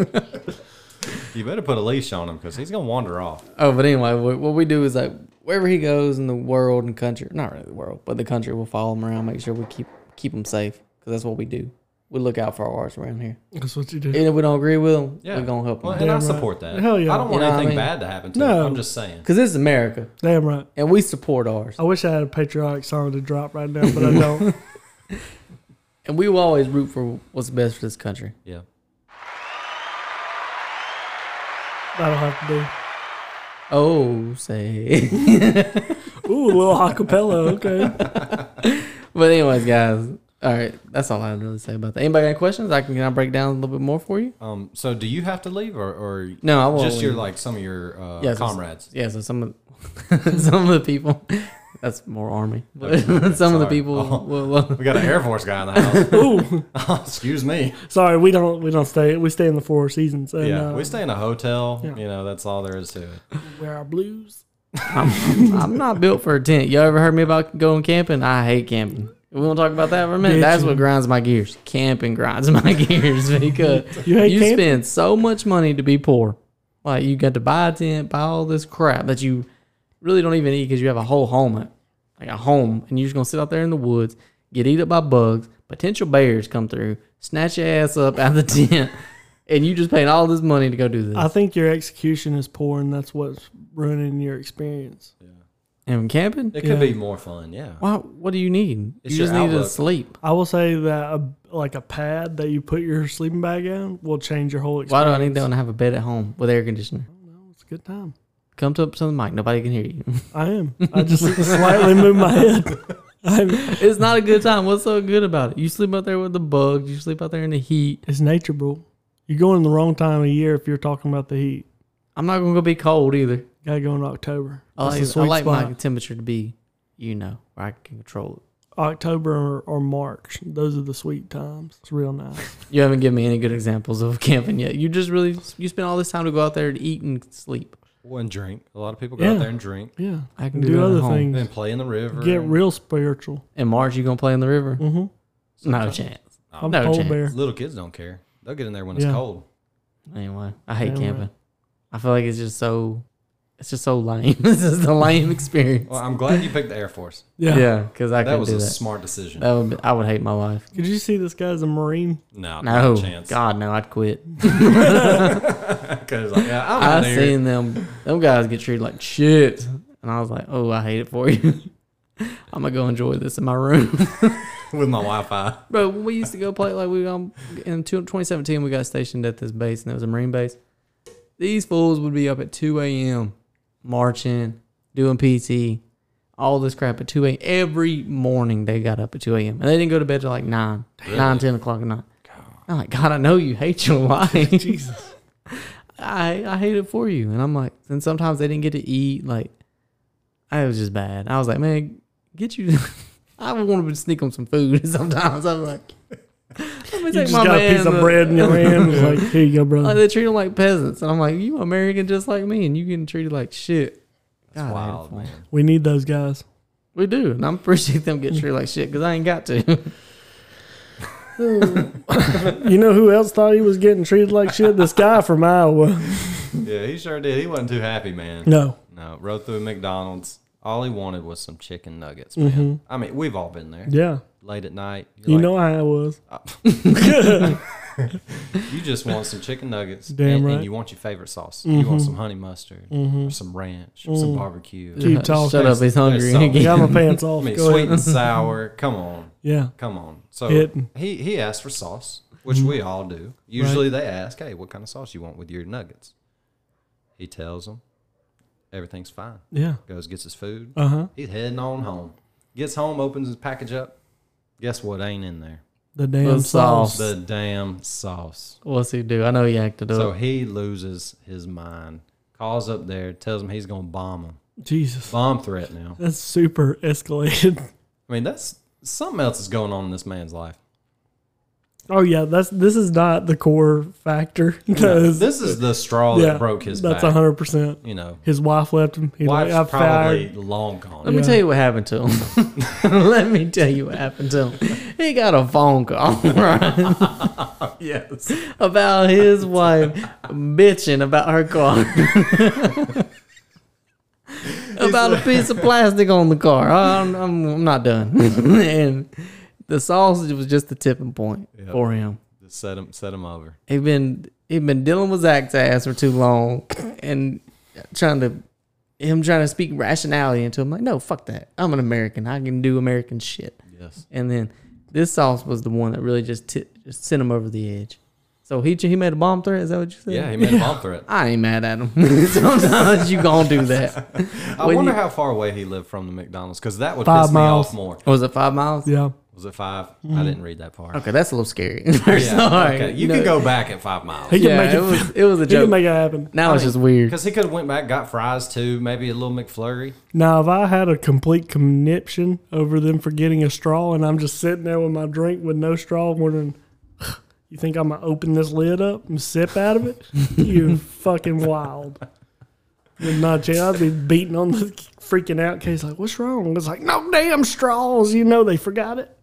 Speaker 3: You better put a leash on him because he's gonna wander off.
Speaker 4: oh, but anyway, what what we do is like wherever he goes in the world and country, not really the world, but the country, we'll follow him around, make sure we keep keep him safe because that's what we do. We look out for ours around here.
Speaker 2: That's what you do.
Speaker 4: And if we don't agree with him,
Speaker 3: Yeah,
Speaker 4: we're gonna help
Speaker 3: Well,
Speaker 4: him.
Speaker 3: and I
Speaker 2: Damn right.
Speaker 3: support that.
Speaker 2: Hell yeah.
Speaker 3: I don't
Speaker 4: You
Speaker 3: want
Speaker 4: know what I
Speaker 3: anything
Speaker 4: mean?
Speaker 3: bad to happen to
Speaker 2: No.
Speaker 3: him. I'm just saying.
Speaker 4: Because this is America
Speaker 2: Damn right.
Speaker 4: and we support ours.
Speaker 2: I wish I had a patriotic song to drop right now, but I don't.
Speaker 4: And we will always root for what's best for this country.
Speaker 3: Yeah.
Speaker 2: That'll have to
Speaker 4: Oh, say.
Speaker 2: do. Ooh, a little acapella. Okay.
Speaker 4: but anyways, guys. All right, that's all I had to really say about that. Anybody got any questions? I can, can I break down a little bit more for you?
Speaker 3: Um. So do you have to leave or, or
Speaker 4: No, I won't.
Speaker 3: just your
Speaker 4: leave.
Speaker 3: like some of your uh,
Speaker 4: Yes, it's-
Speaker 3: comrades?
Speaker 4: yeah, so some of some of the people that's more army. But
Speaker 3: Okay,
Speaker 4: some
Speaker 3: okay,
Speaker 4: of the
Speaker 3: sorry.
Speaker 4: people
Speaker 3: Oh.
Speaker 4: will, will-
Speaker 3: We got an Air Force guy in the
Speaker 2: Ooh.
Speaker 3: house. Excuse me.
Speaker 2: Sorry, we don't we don't stay. We stay in the four seasons. And,
Speaker 3: yeah,
Speaker 2: uh,
Speaker 3: we stay in a hotel.
Speaker 2: yeah.
Speaker 3: You know, that's all there is to it.
Speaker 2: wear our blues.
Speaker 4: I'm, I'm not built for a tent. You all ever heard me about going camping? I hate camping. We won't talk about that for a minute.
Speaker 2: Did
Speaker 4: That's
Speaker 2: you?
Speaker 4: what grinds my gears. Camping grinds my gears because
Speaker 2: You hate camping?
Speaker 4: spend so much money to be poor. Like you got to buy a tent, buy all this crap that you really don't even eat because you have a whole home, like a home, and you're just gonna sit out there in the woods, get eaten by bugs, potential bears come through, snatch your ass up out of the tent, and you just paying all this money to go do this.
Speaker 2: I think your execution is poor, and that's what's ruining your experience.
Speaker 4: and camping?
Speaker 3: It could
Speaker 2: Yeah.
Speaker 3: be more fun. Yeah.
Speaker 4: Why, what do you need?
Speaker 3: It's
Speaker 4: you just
Speaker 3: your
Speaker 4: need to
Speaker 3: outlook.
Speaker 4: sleep.
Speaker 2: I will say that a, like a pad that you put your sleeping bag on will change your whole experience.
Speaker 4: Why do I need that when I have a bed at home with air conditioner?
Speaker 2: It's a good time.
Speaker 4: Come up to the mic, nobody can hear you.
Speaker 2: I am. I just slightly moved my head. I'm,
Speaker 4: it's not a good time. What's so good about it? You sleep out there with the bugs. You sleep out there in the heat.
Speaker 2: it's nature, bro. You're going in the wrong time of year if you're talking about the heat.
Speaker 4: I'm not gonna go be cold either.
Speaker 2: Gotta go in October.
Speaker 4: I
Speaker 2: That's the sweet
Speaker 4: like, Oh, I like my
Speaker 2: spot.
Speaker 4: temperature to be, you know, where I can control it.
Speaker 2: October or, or March. Those are the sweet times. It's real nice.
Speaker 4: You haven't given me any good examples of camping yet. You just really you spend all this time to go out there to eat and sleep.
Speaker 3: One drink. A lot of people go
Speaker 2: Yeah.
Speaker 3: out there and drink
Speaker 2: Yeah.
Speaker 4: I can
Speaker 2: And
Speaker 4: do, that at home.
Speaker 3: and then play in the river.
Speaker 2: Get
Speaker 3: and-
Speaker 2: real spiritual.
Speaker 4: In March, you gonna play in the river?
Speaker 2: Mm-hmm.
Speaker 4: No chance.
Speaker 2: I'm
Speaker 4: No
Speaker 2: old
Speaker 4: chance.
Speaker 2: bear.
Speaker 3: Little kids don't care. They'll get in there when it's
Speaker 2: Yeah.
Speaker 3: cold.
Speaker 4: Anyway, I hate
Speaker 2: Yeah,
Speaker 4: camping.
Speaker 2: right.
Speaker 4: I feel like it's just so, it's just so lame. this is the lame experience.
Speaker 3: Well, I'm glad you picked the Air Force.
Speaker 2: Yeah.
Speaker 4: yeah, because I
Speaker 3: That
Speaker 4: could
Speaker 3: was
Speaker 4: do
Speaker 3: a
Speaker 4: that.
Speaker 3: smart decision.
Speaker 4: that would be, I would hate my life.
Speaker 2: Could you see this guy's a Marine?
Speaker 3: No,
Speaker 4: No,
Speaker 3: no chance.
Speaker 4: God, no, I'd quit.
Speaker 3: 'Cause, like, yeah, I'm
Speaker 4: I
Speaker 3: in there.
Speaker 4: seen them them guys get treated like shit, and I was like, oh, I hate it for you. I'm gonna go enjoy this in my room,
Speaker 3: with my Wi-Fi.
Speaker 4: bro. When we used to go play like we um in two- 2017, we got stationed at this base, and it was a Marine base. These fools would be up at 2 a.m. marching, doing PT, all this crap at 2 a.m. Every morning they got up at 2 a.m. and they didn't go to bed till like 9, 9, 10 o'clock at night. I'm like, God, I know you hate your life. Jesus. I, I hate it for you. And I'm like, and sometimes they didn't get to eat. Like, I was just bad. I was like, man, get you. I would want to sneak them some food sometimes. I was like, let me
Speaker 2: You
Speaker 4: take
Speaker 2: just
Speaker 4: my
Speaker 2: got a
Speaker 4: man
Speaker 2: piece of
Speaker 3: uh,
Speaker 4: to-
Speaker 2: bread in your hand. It's like, uh. here you go,
Speaker 4: like,
Speaker 2: brother.
Speaker 4: they treat them like peasants, and I'm like, you American just like me, and you getting treated like shit. God, I hate it
Speaker 3: Wild
Speaker 4: for 'em.
Speaker 3: man.
Speaker 2: We need those guys.
Speaker 4: We do, and I'm appreciate them getting treated like shit because I ain't got to.
Speaker 2: You know who else thought he was getting treated like shit? This guy from Iowa.
Speaker 3: Yeah, he sure did. He wasn't too happy, man.
Speaker 2: No.
Speaker 3: No, rode through McDonald's. All he wanted was some chicken nuggets, man. I mean, we've all been there.
Speaker 2: Mm. Mm-hmm. Yeah.
Speaker 3: Late at night, you're
Speaker 2: You
Speaker 3: like,
Speaker 2: know how I was.
Speaker 3: you just want some chicken nuggets,
Speaker 2: Damn
Speaker 3: and, and
Speaker 2: right. Mm-hmm.
Speaker 3: you want your favorite sauce. You want some honey mustard, or some ranch, or some barbecue.
Speaker 2: Keep talking.
Speaker 4: Shut up, he's hungry
Speaker 3: There's
Speaker 4: again.
Speaker 2: Got my pants
Speaker 3: I
Speaker 2: off.
Speaker 3: mean,
Speaker 2: Go
Speaker 3: sweet
Speaker 2: ahead.
Speaker 3: and sour. Come on,
Speaker 2: Yeah.
Speaker 3: come on. So
Speaker 2: Hitting.
Speaker 3: he he asked for sauce, which we all do. Usually they ask, "Hey, what kind of sauce you want with your nuggets?" He tells them, "Everything's fine."
Speaker 2: Yeah.
Speaker 3: Goes gets his food.
Speaker 2: Uh huh.
Speaker 3: He's heading on home. Gets home, opens his package up. Guess what ain't in there?
Speaker 2: The damn
Speaker 4: The
Speaker 2: sauce.
Speaker 4: sauce.
Speaker 3: The damn sauce.
Speaker 4: What's he do? I know he acted up.
Speaker 3: So he loses his mind. Calls up there, tells him he's gonna bomb him.
Speaker 2: Jesus.
Speaker 3: Bomb threat now.
Speaker 2: That's super escalated.
Speaker 3: I mean, that's something else is going on in this man's life.
Speaker 2: Oh yeah, that's this is not the core factor. Because
Speaker 3: This is the straw
Speaker 2: yeah,
Speaker 3: Oh, that broke his
Speaker 2: That's
Speaker 3: back.
Speaker 2: hundred percent.
Speaker 3: You know,
Speaker 2: His wife left him. He
Speaker 3: wife's
Speaker 2: like, I
Speaker 3: probably
Speaker 2: fired.
Speaker 3: long gone.
Speaker 4: Let me
Speaker 2: Yeah.
Speaker 4: tell you what happened to him. Let me tell you what happened to him. He got a phone call right,
Speaker 3: yes.
Speaker 4: about his wife bitching about her car. about a piece of plastic on the car. I'm, I'm, I'm not done. and the sausage was just the tipping point
Speaker 3: Yep.
Speaker 4: for him.
Speaker 3: Just set him, set him over.
Speaker 4: He been he been dealing with Zach's ass for too long, and trying to him trying to speak rationality into him. Like, no, fuck that. I'm an American. I can do American shit.
Speaker 3: Yes.
Speaker 4: And then this sauce was the one that really just ti just sent him over the edge. So he he made a bomb threat. Is that what you said?
Speaker 3: Yeah, he made a bomb threat.
Speaker 4: I ain't mad at him. Sometimes you gonna do that.
Speaker 3: I
Speaker 4: When
Speaker 3: wonder
Speaker 4: you-
Speaker 3: how far away he lived from the McDonald's because that would
Speaker 2: Five
Speaker 3: piss
Speaker 2: miles.
Speaker 3: me off more.
Speaker 4: Was it five miles?
Speaker 2: Yeah.
Speaker 3: Was it 5 I didn't read that far.
Speaker 4: Okay, that's a little scary. Sorry.
Speaker 3: Yeah, okay. You
Speaker 4: No,
Speaker 3: could go back at five miles
Speaker 2: He can
Speaker 4: Yeah,
Speaker 2: make
Speaker 4: it
Speaker 2: it.
Speaker 4: was it was a
Speaker 2: he can
Speaker 4: joke.
Speaker 2: make it happen.
Speaker 4: Now it's
Speaker 3: mean,
Speaker 4: just weird.
Speaker 3: because he could have went back, got fries too, maybe a little McFlurry.
Speaker 2: Now, if I had a complete conniption over them forgetting a straw, and I'm just sitting there with my drink with no straw, wondering, you think I'm gonna open this lid up and sip out of it? you fucking wild. Would not chance. I'd be beating on the freaking out case. Like, what's wrong? It's like, no damn straws. You know they forgot it.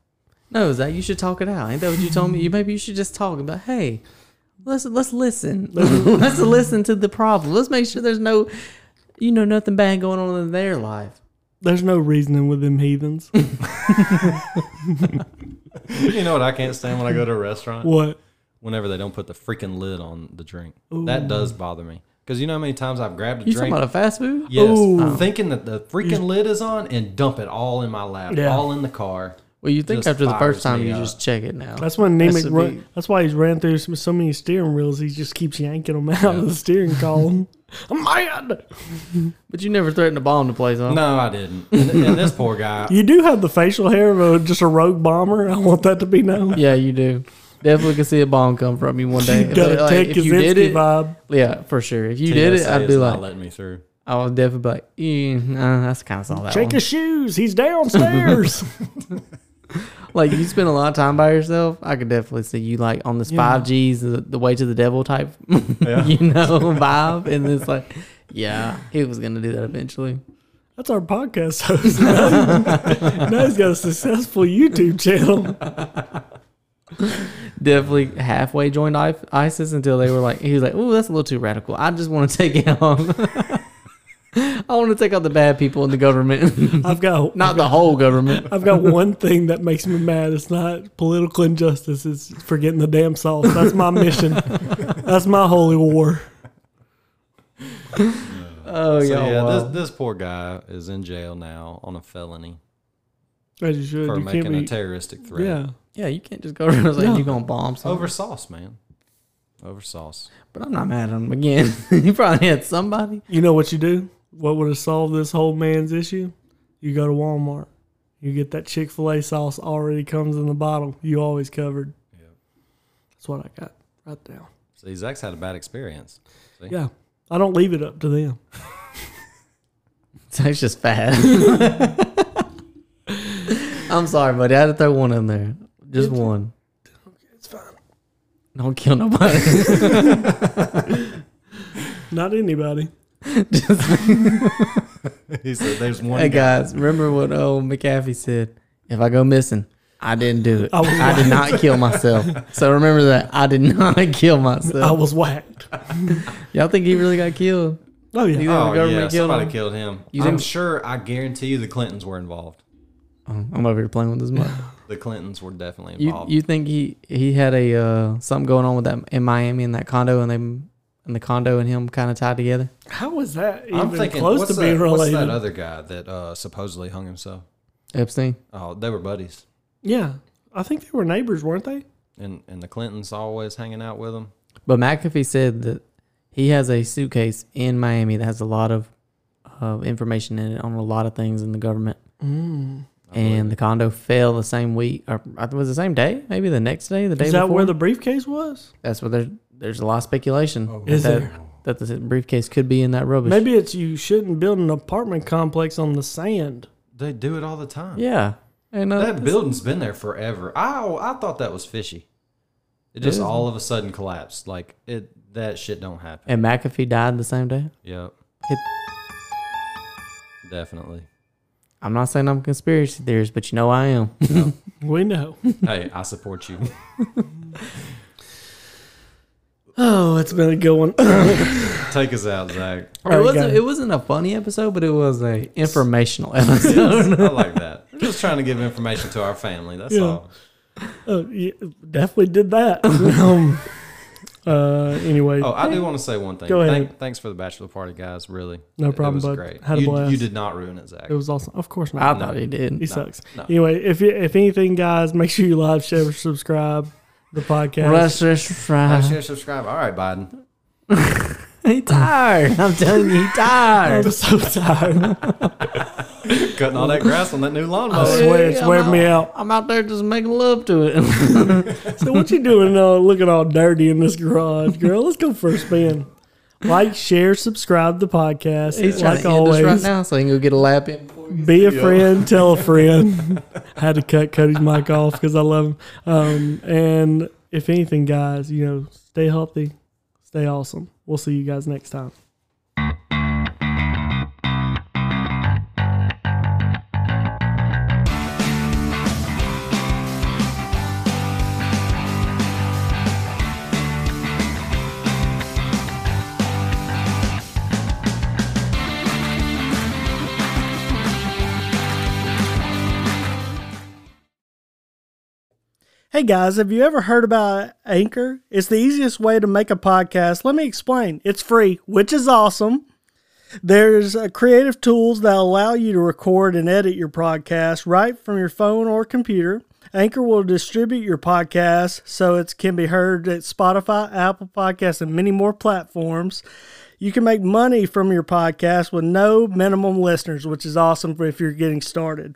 Speaker 4: No, Zach, you should talk it out. Ain't that what you told me? You maybe you should just talk about. Hey, let's let's listen. let's listen to the problem. Let's make sure there's no. You know nothing bad going on in their life.
Speaker 2: There's no reasoning with them heathens.
Speaker 3: You know what I can't stand when I go to a restaurant?
Speaker 2: what?
Speaker 3: Whenever they don't put the freaking lid on the drink. That does bother me. Because you know how many times I've grabbed a
Speaker 4: You talking
Speaker 3: drink
Speaker 4: about a fast food?
Speaker 3: Yes.
Speaker 2: Ooh.
Speaker 3: Thinking that the freaking lid is on and dump it all in my lap,
Speaker 2: Yeah.
Speaker 3: all in the car.
Speaker 4: Well, you think
Speaker 3: Just
Speaker 4: after the
Speaker 3: fires
Speaker 4: first time
Speaker 3: me
Speaker 4: you
Speaker 3: up.
Speaker 4: just check it now.
Speaker 2: That's when
Speaker 4: This
Speaker 2: Nemec
Speaker 4: would
Speaker 2: run,
Speaker 4: be-
Speaker 2: That's why he's ran through some, so many steering wheels. He just keeps yanking them out of the steering column. I'm mad.
Speaker 4: But you never threatened to bomb the place, huh?
Speaker 3: No, I didn't. And, and this poor guy,
Speaker 2: You do have the facial hair of a, just a rogue bomber. I want that to be known.
Speaker 4: Yeah, you do. Definitely can see a bomb come from you one day.
Speaker 2: You got a
Speaker 4: Like,
Speaker 2: Ted
Speaker 4: if you did
Speaker 2: Kaczynski
Speaker 4: it,
Speaker 2: vibe.
Speaker 4: yeah, for sure. If you did it,
Speaker 3: TSA
Speaker 4: I'd
Speaker 3: is
Speaker 4: be
Speaker 3: not
Speaker 4: like,
Speaker 3: letting me through.
Speaker 4: I would definitely be like, eh, nah, that's kind of saw that
Speaker 2: Check
Speaker 4: one.
Speaker 2: his shoes. He's downstairs.
Speaker 4: like you spend a lot of time by yourself, I could definitely see you like on this five Gs, the, the way to the devil type, you know, vibe, and it's like, yeah, he was gonna do that eventually.
Speaker 2: That's our podcast host. now now he's got a successful YouTube channel.
Speaker 4: Definitely halfway joined I- ISIS until they were like, he was like, oh, that's a little too radical. I just want to take out, I want to take out the bad people in the government,
Speaker 2: I've got
Speaker 4: not the whole government.
Speaker 2: I've got one thing that makes me mad. It's not political injustice. It's forgetting the damn sauce. That's my mission. That's my holy war.
Speaker 3: So
Speaker 4: Oh yeah,
Speaker 3: yeah,
Speaker 4: wow.
Speaker 3: this, this poor guy is in jail now on a felony
Speaker 2: As you should.
Speaker 3: for
Speaker 2: you can't
Speaker 3: making a
Speaker 2: be.
Speaker 3: terroristic threat.
Speaker 2: yeah.
Speaker 4: yeah, you can't just go around and say
Speaker 2: No.
Speaker 4: you're gonna bomb something.
Speaker 3: Over sauce, man. Over sauce.
Speaker 4: But I'm not mad at him again. he probably had somebody.
Speaker 2: You know what you do? What would have solved this whole man's issue? You go to Walmart. You get that Chick Fil A sauce already comes in the bottle. You always covered.
Speaker 3: Yep.
Speaker 2: That's what I got right now.
Speaker 3: See, Zach's had a bad experience. See?
Speaker 2: Yeah. I don't leave it up to them.
Speaker 4: So it's just fat. I'm sorry, buddy. I had to throw one in there. Just one.
Speaker 2: It's fine.
Speaker 4: Don't kill nobody.
Speaker 2: Not anybody.
Speaker 3: he said, "There's one
Speaker 4: hey
Speaker 3: guy."
Speaker 4: guys, remember what old McAfee said? If I go missing, I didn't do it.
Speaker 2: I was
Speaker 4: I did not kill myself. So remember that. I did not kill
Speaker 2: I
Speaker 4: myself.
Speaker 2: was whacked.
Speaker 4: Y'all think he really got killed?
Speaker 2: Oh
Speaker 4: You
Speaker 2: yeah.
Speaker 4: think the
Speaker 3: Oh
Speaker 4: government
Speaker 3: yeah,
Speaker 4: killed
Speaker 3: somebody
Speaker 4: him?
Speaker 3: killed him.
Speaker 4: You
Speaker 3: I'm
Speaker 4: think-
Speaker 3: sure. I guarantee you, the Clintons were involved.
Speaker 4: Oh, I'm over here playing with this mic.
Speaker 3: The Clintons were definitely
Speaker 4: You
Speaker 3: involved.
Speaker 4: you think he he had a uh, something going on with that in Miami in that condo and they and the condo and him kind of tied together?
Speaker 2: How is that even
Speaker 3: I'm thinking,
Speaker 2: close
Speaker 3: what's,
Speaker 2: to
Speaker 3: that,
Speaker 2: being
Speaker 3: what's that
Speaker 2: related?
Speaker 3: other guy that uh, supposedly hung himself?
Speaker 4: Epstein.
Speaker 3: Oh, they were buddies,
Speaker 2: Yeah. I think they were neighbors, weren't they?
Speaker 3: and and the Clintons always hanging out with him.
Speaker 4: But McAfee said that he has a suitcase in Miami that has a lot of uh, information in it on a lot of things in the government.
Speaker 3: Mm.
Speaker 4: And the condo fell the same week, or I think it was the same day, maybe the next day, the day
Speaker 2: Is that
Speaker 4: before.
Speaker 2: where the briefcase was?
Speaker 4: That's where there's there's a lot of speculation that,
Speaker 2: Is
Speaker 4: that,
Speaker 2: there?
Speaker 4: that the briefcase could be in that rubbish.
Speaker 2: Maybe it's you shouldn't build an apartment complex on the sand.
Speaker 3: They do it all the time.
Speaker 4: Yeah. And uh,
Speaker 3: That building's been there forever. I I thought that was fishy. It just
Speaker 4: is.
Speaker 3: all of a sudden collapsed. Like it that shit don't happen.
Speaker 4: and McAfee died the same day.
Speaker 3: Yep.
Speaker 4: Hit-
Speaker 3: Definitely.
Speaker 4: I'm not saying I'm a conspiracy theorist, but you know I am.
Speaker 2: We know.
Speaker 3: hey, I support you.
Speaker 2: oh, it's been a good one. Oh,
Speaker 3: Take us out, Zach.
Speaker 2: All right,
Speaker 4: it wasn't
Speaker 2: guys.
Speaker 4: it wasn't a funny episode, but it was a informational episode.
Speaker 3: I like that. We're just trying to give information to our family. That's
Speaker 2: Yeah.
Speaker 3: all.
Speaker 2: Uh, yeah, definitely did that. um, uh, anyway,
Speaker 3: Oh, I do want to say one thing.
Speaker 2: Go ahead.
Speaker 3: Thank, thanks for the bachelor party, guys. Really,
Speaker 2: No
Speaker 3: It-
Speaker 2: problem,
Speaker 3: It was
Speaker 2: bud.
Speaker 3: great.
Speaker 2: Had a
Speaker 3: you,
Speaker 2: blast.
Speaker 3: you did not ruin it, Zach.
Speaker 2: it was awesome. Of course
Speaker 4: I
Speaker 2: not.
Speaker 4: thought he
Speaker 2: He
Speaker 4: did.
Speaker 2: sucks.
Speaker 3: no.
Speaker 2: Anyway, if you, if anything, guys, make sure you live, share, subscribe the podcast.
Speaker 4: Rush,
Speaker 3: Like,
Speaker 4: rush, rush.
Speaker 3: share, subscribe. All right, Biden.
Speaker 4: He tired. I'm telling you, he
Speaker 2: I'm
Speaker 4: tired.
Speaker 2: so tired.
Speaker 3: Cutting all that grass on that new lawnmower.
Speaker 2: I swear it's
Speaker 4: I'm
Speaker 2: wearing me out.
Speaker 4: I'm out there just making love to it.
Speaker 2: So what you doing uh, looking all dirty in this garage, girl? Let's go for a spin. Like, share, subscribe the podcast.
Speaker 4: He's trying
Speaker 2: like
Speaker 4: to end
Speaker 2: always.
Speaker 4: us right now, so he can go get a lap in. Before he-
Speaker 2: Be a friend, tell a friend. Had to cut Cody's mic off because I love him. Um, and if anything, guys, you know, stay healthy, stay awesome. We'll see you guys next time. Hey guys, have you ever heard about Anchor? It's the easiest way to make a podcast. Let me explain. It's free, which is awesome. There's uh, creative tools that allow you to record and edit your podcast right from your phone or computer. Anchor will distribute your podcast so it can be heard at Spotify, Apple Podcasts, and many more platforms. You can make money from your podcast with no minimum listeners, which is awesome for if you're getting started.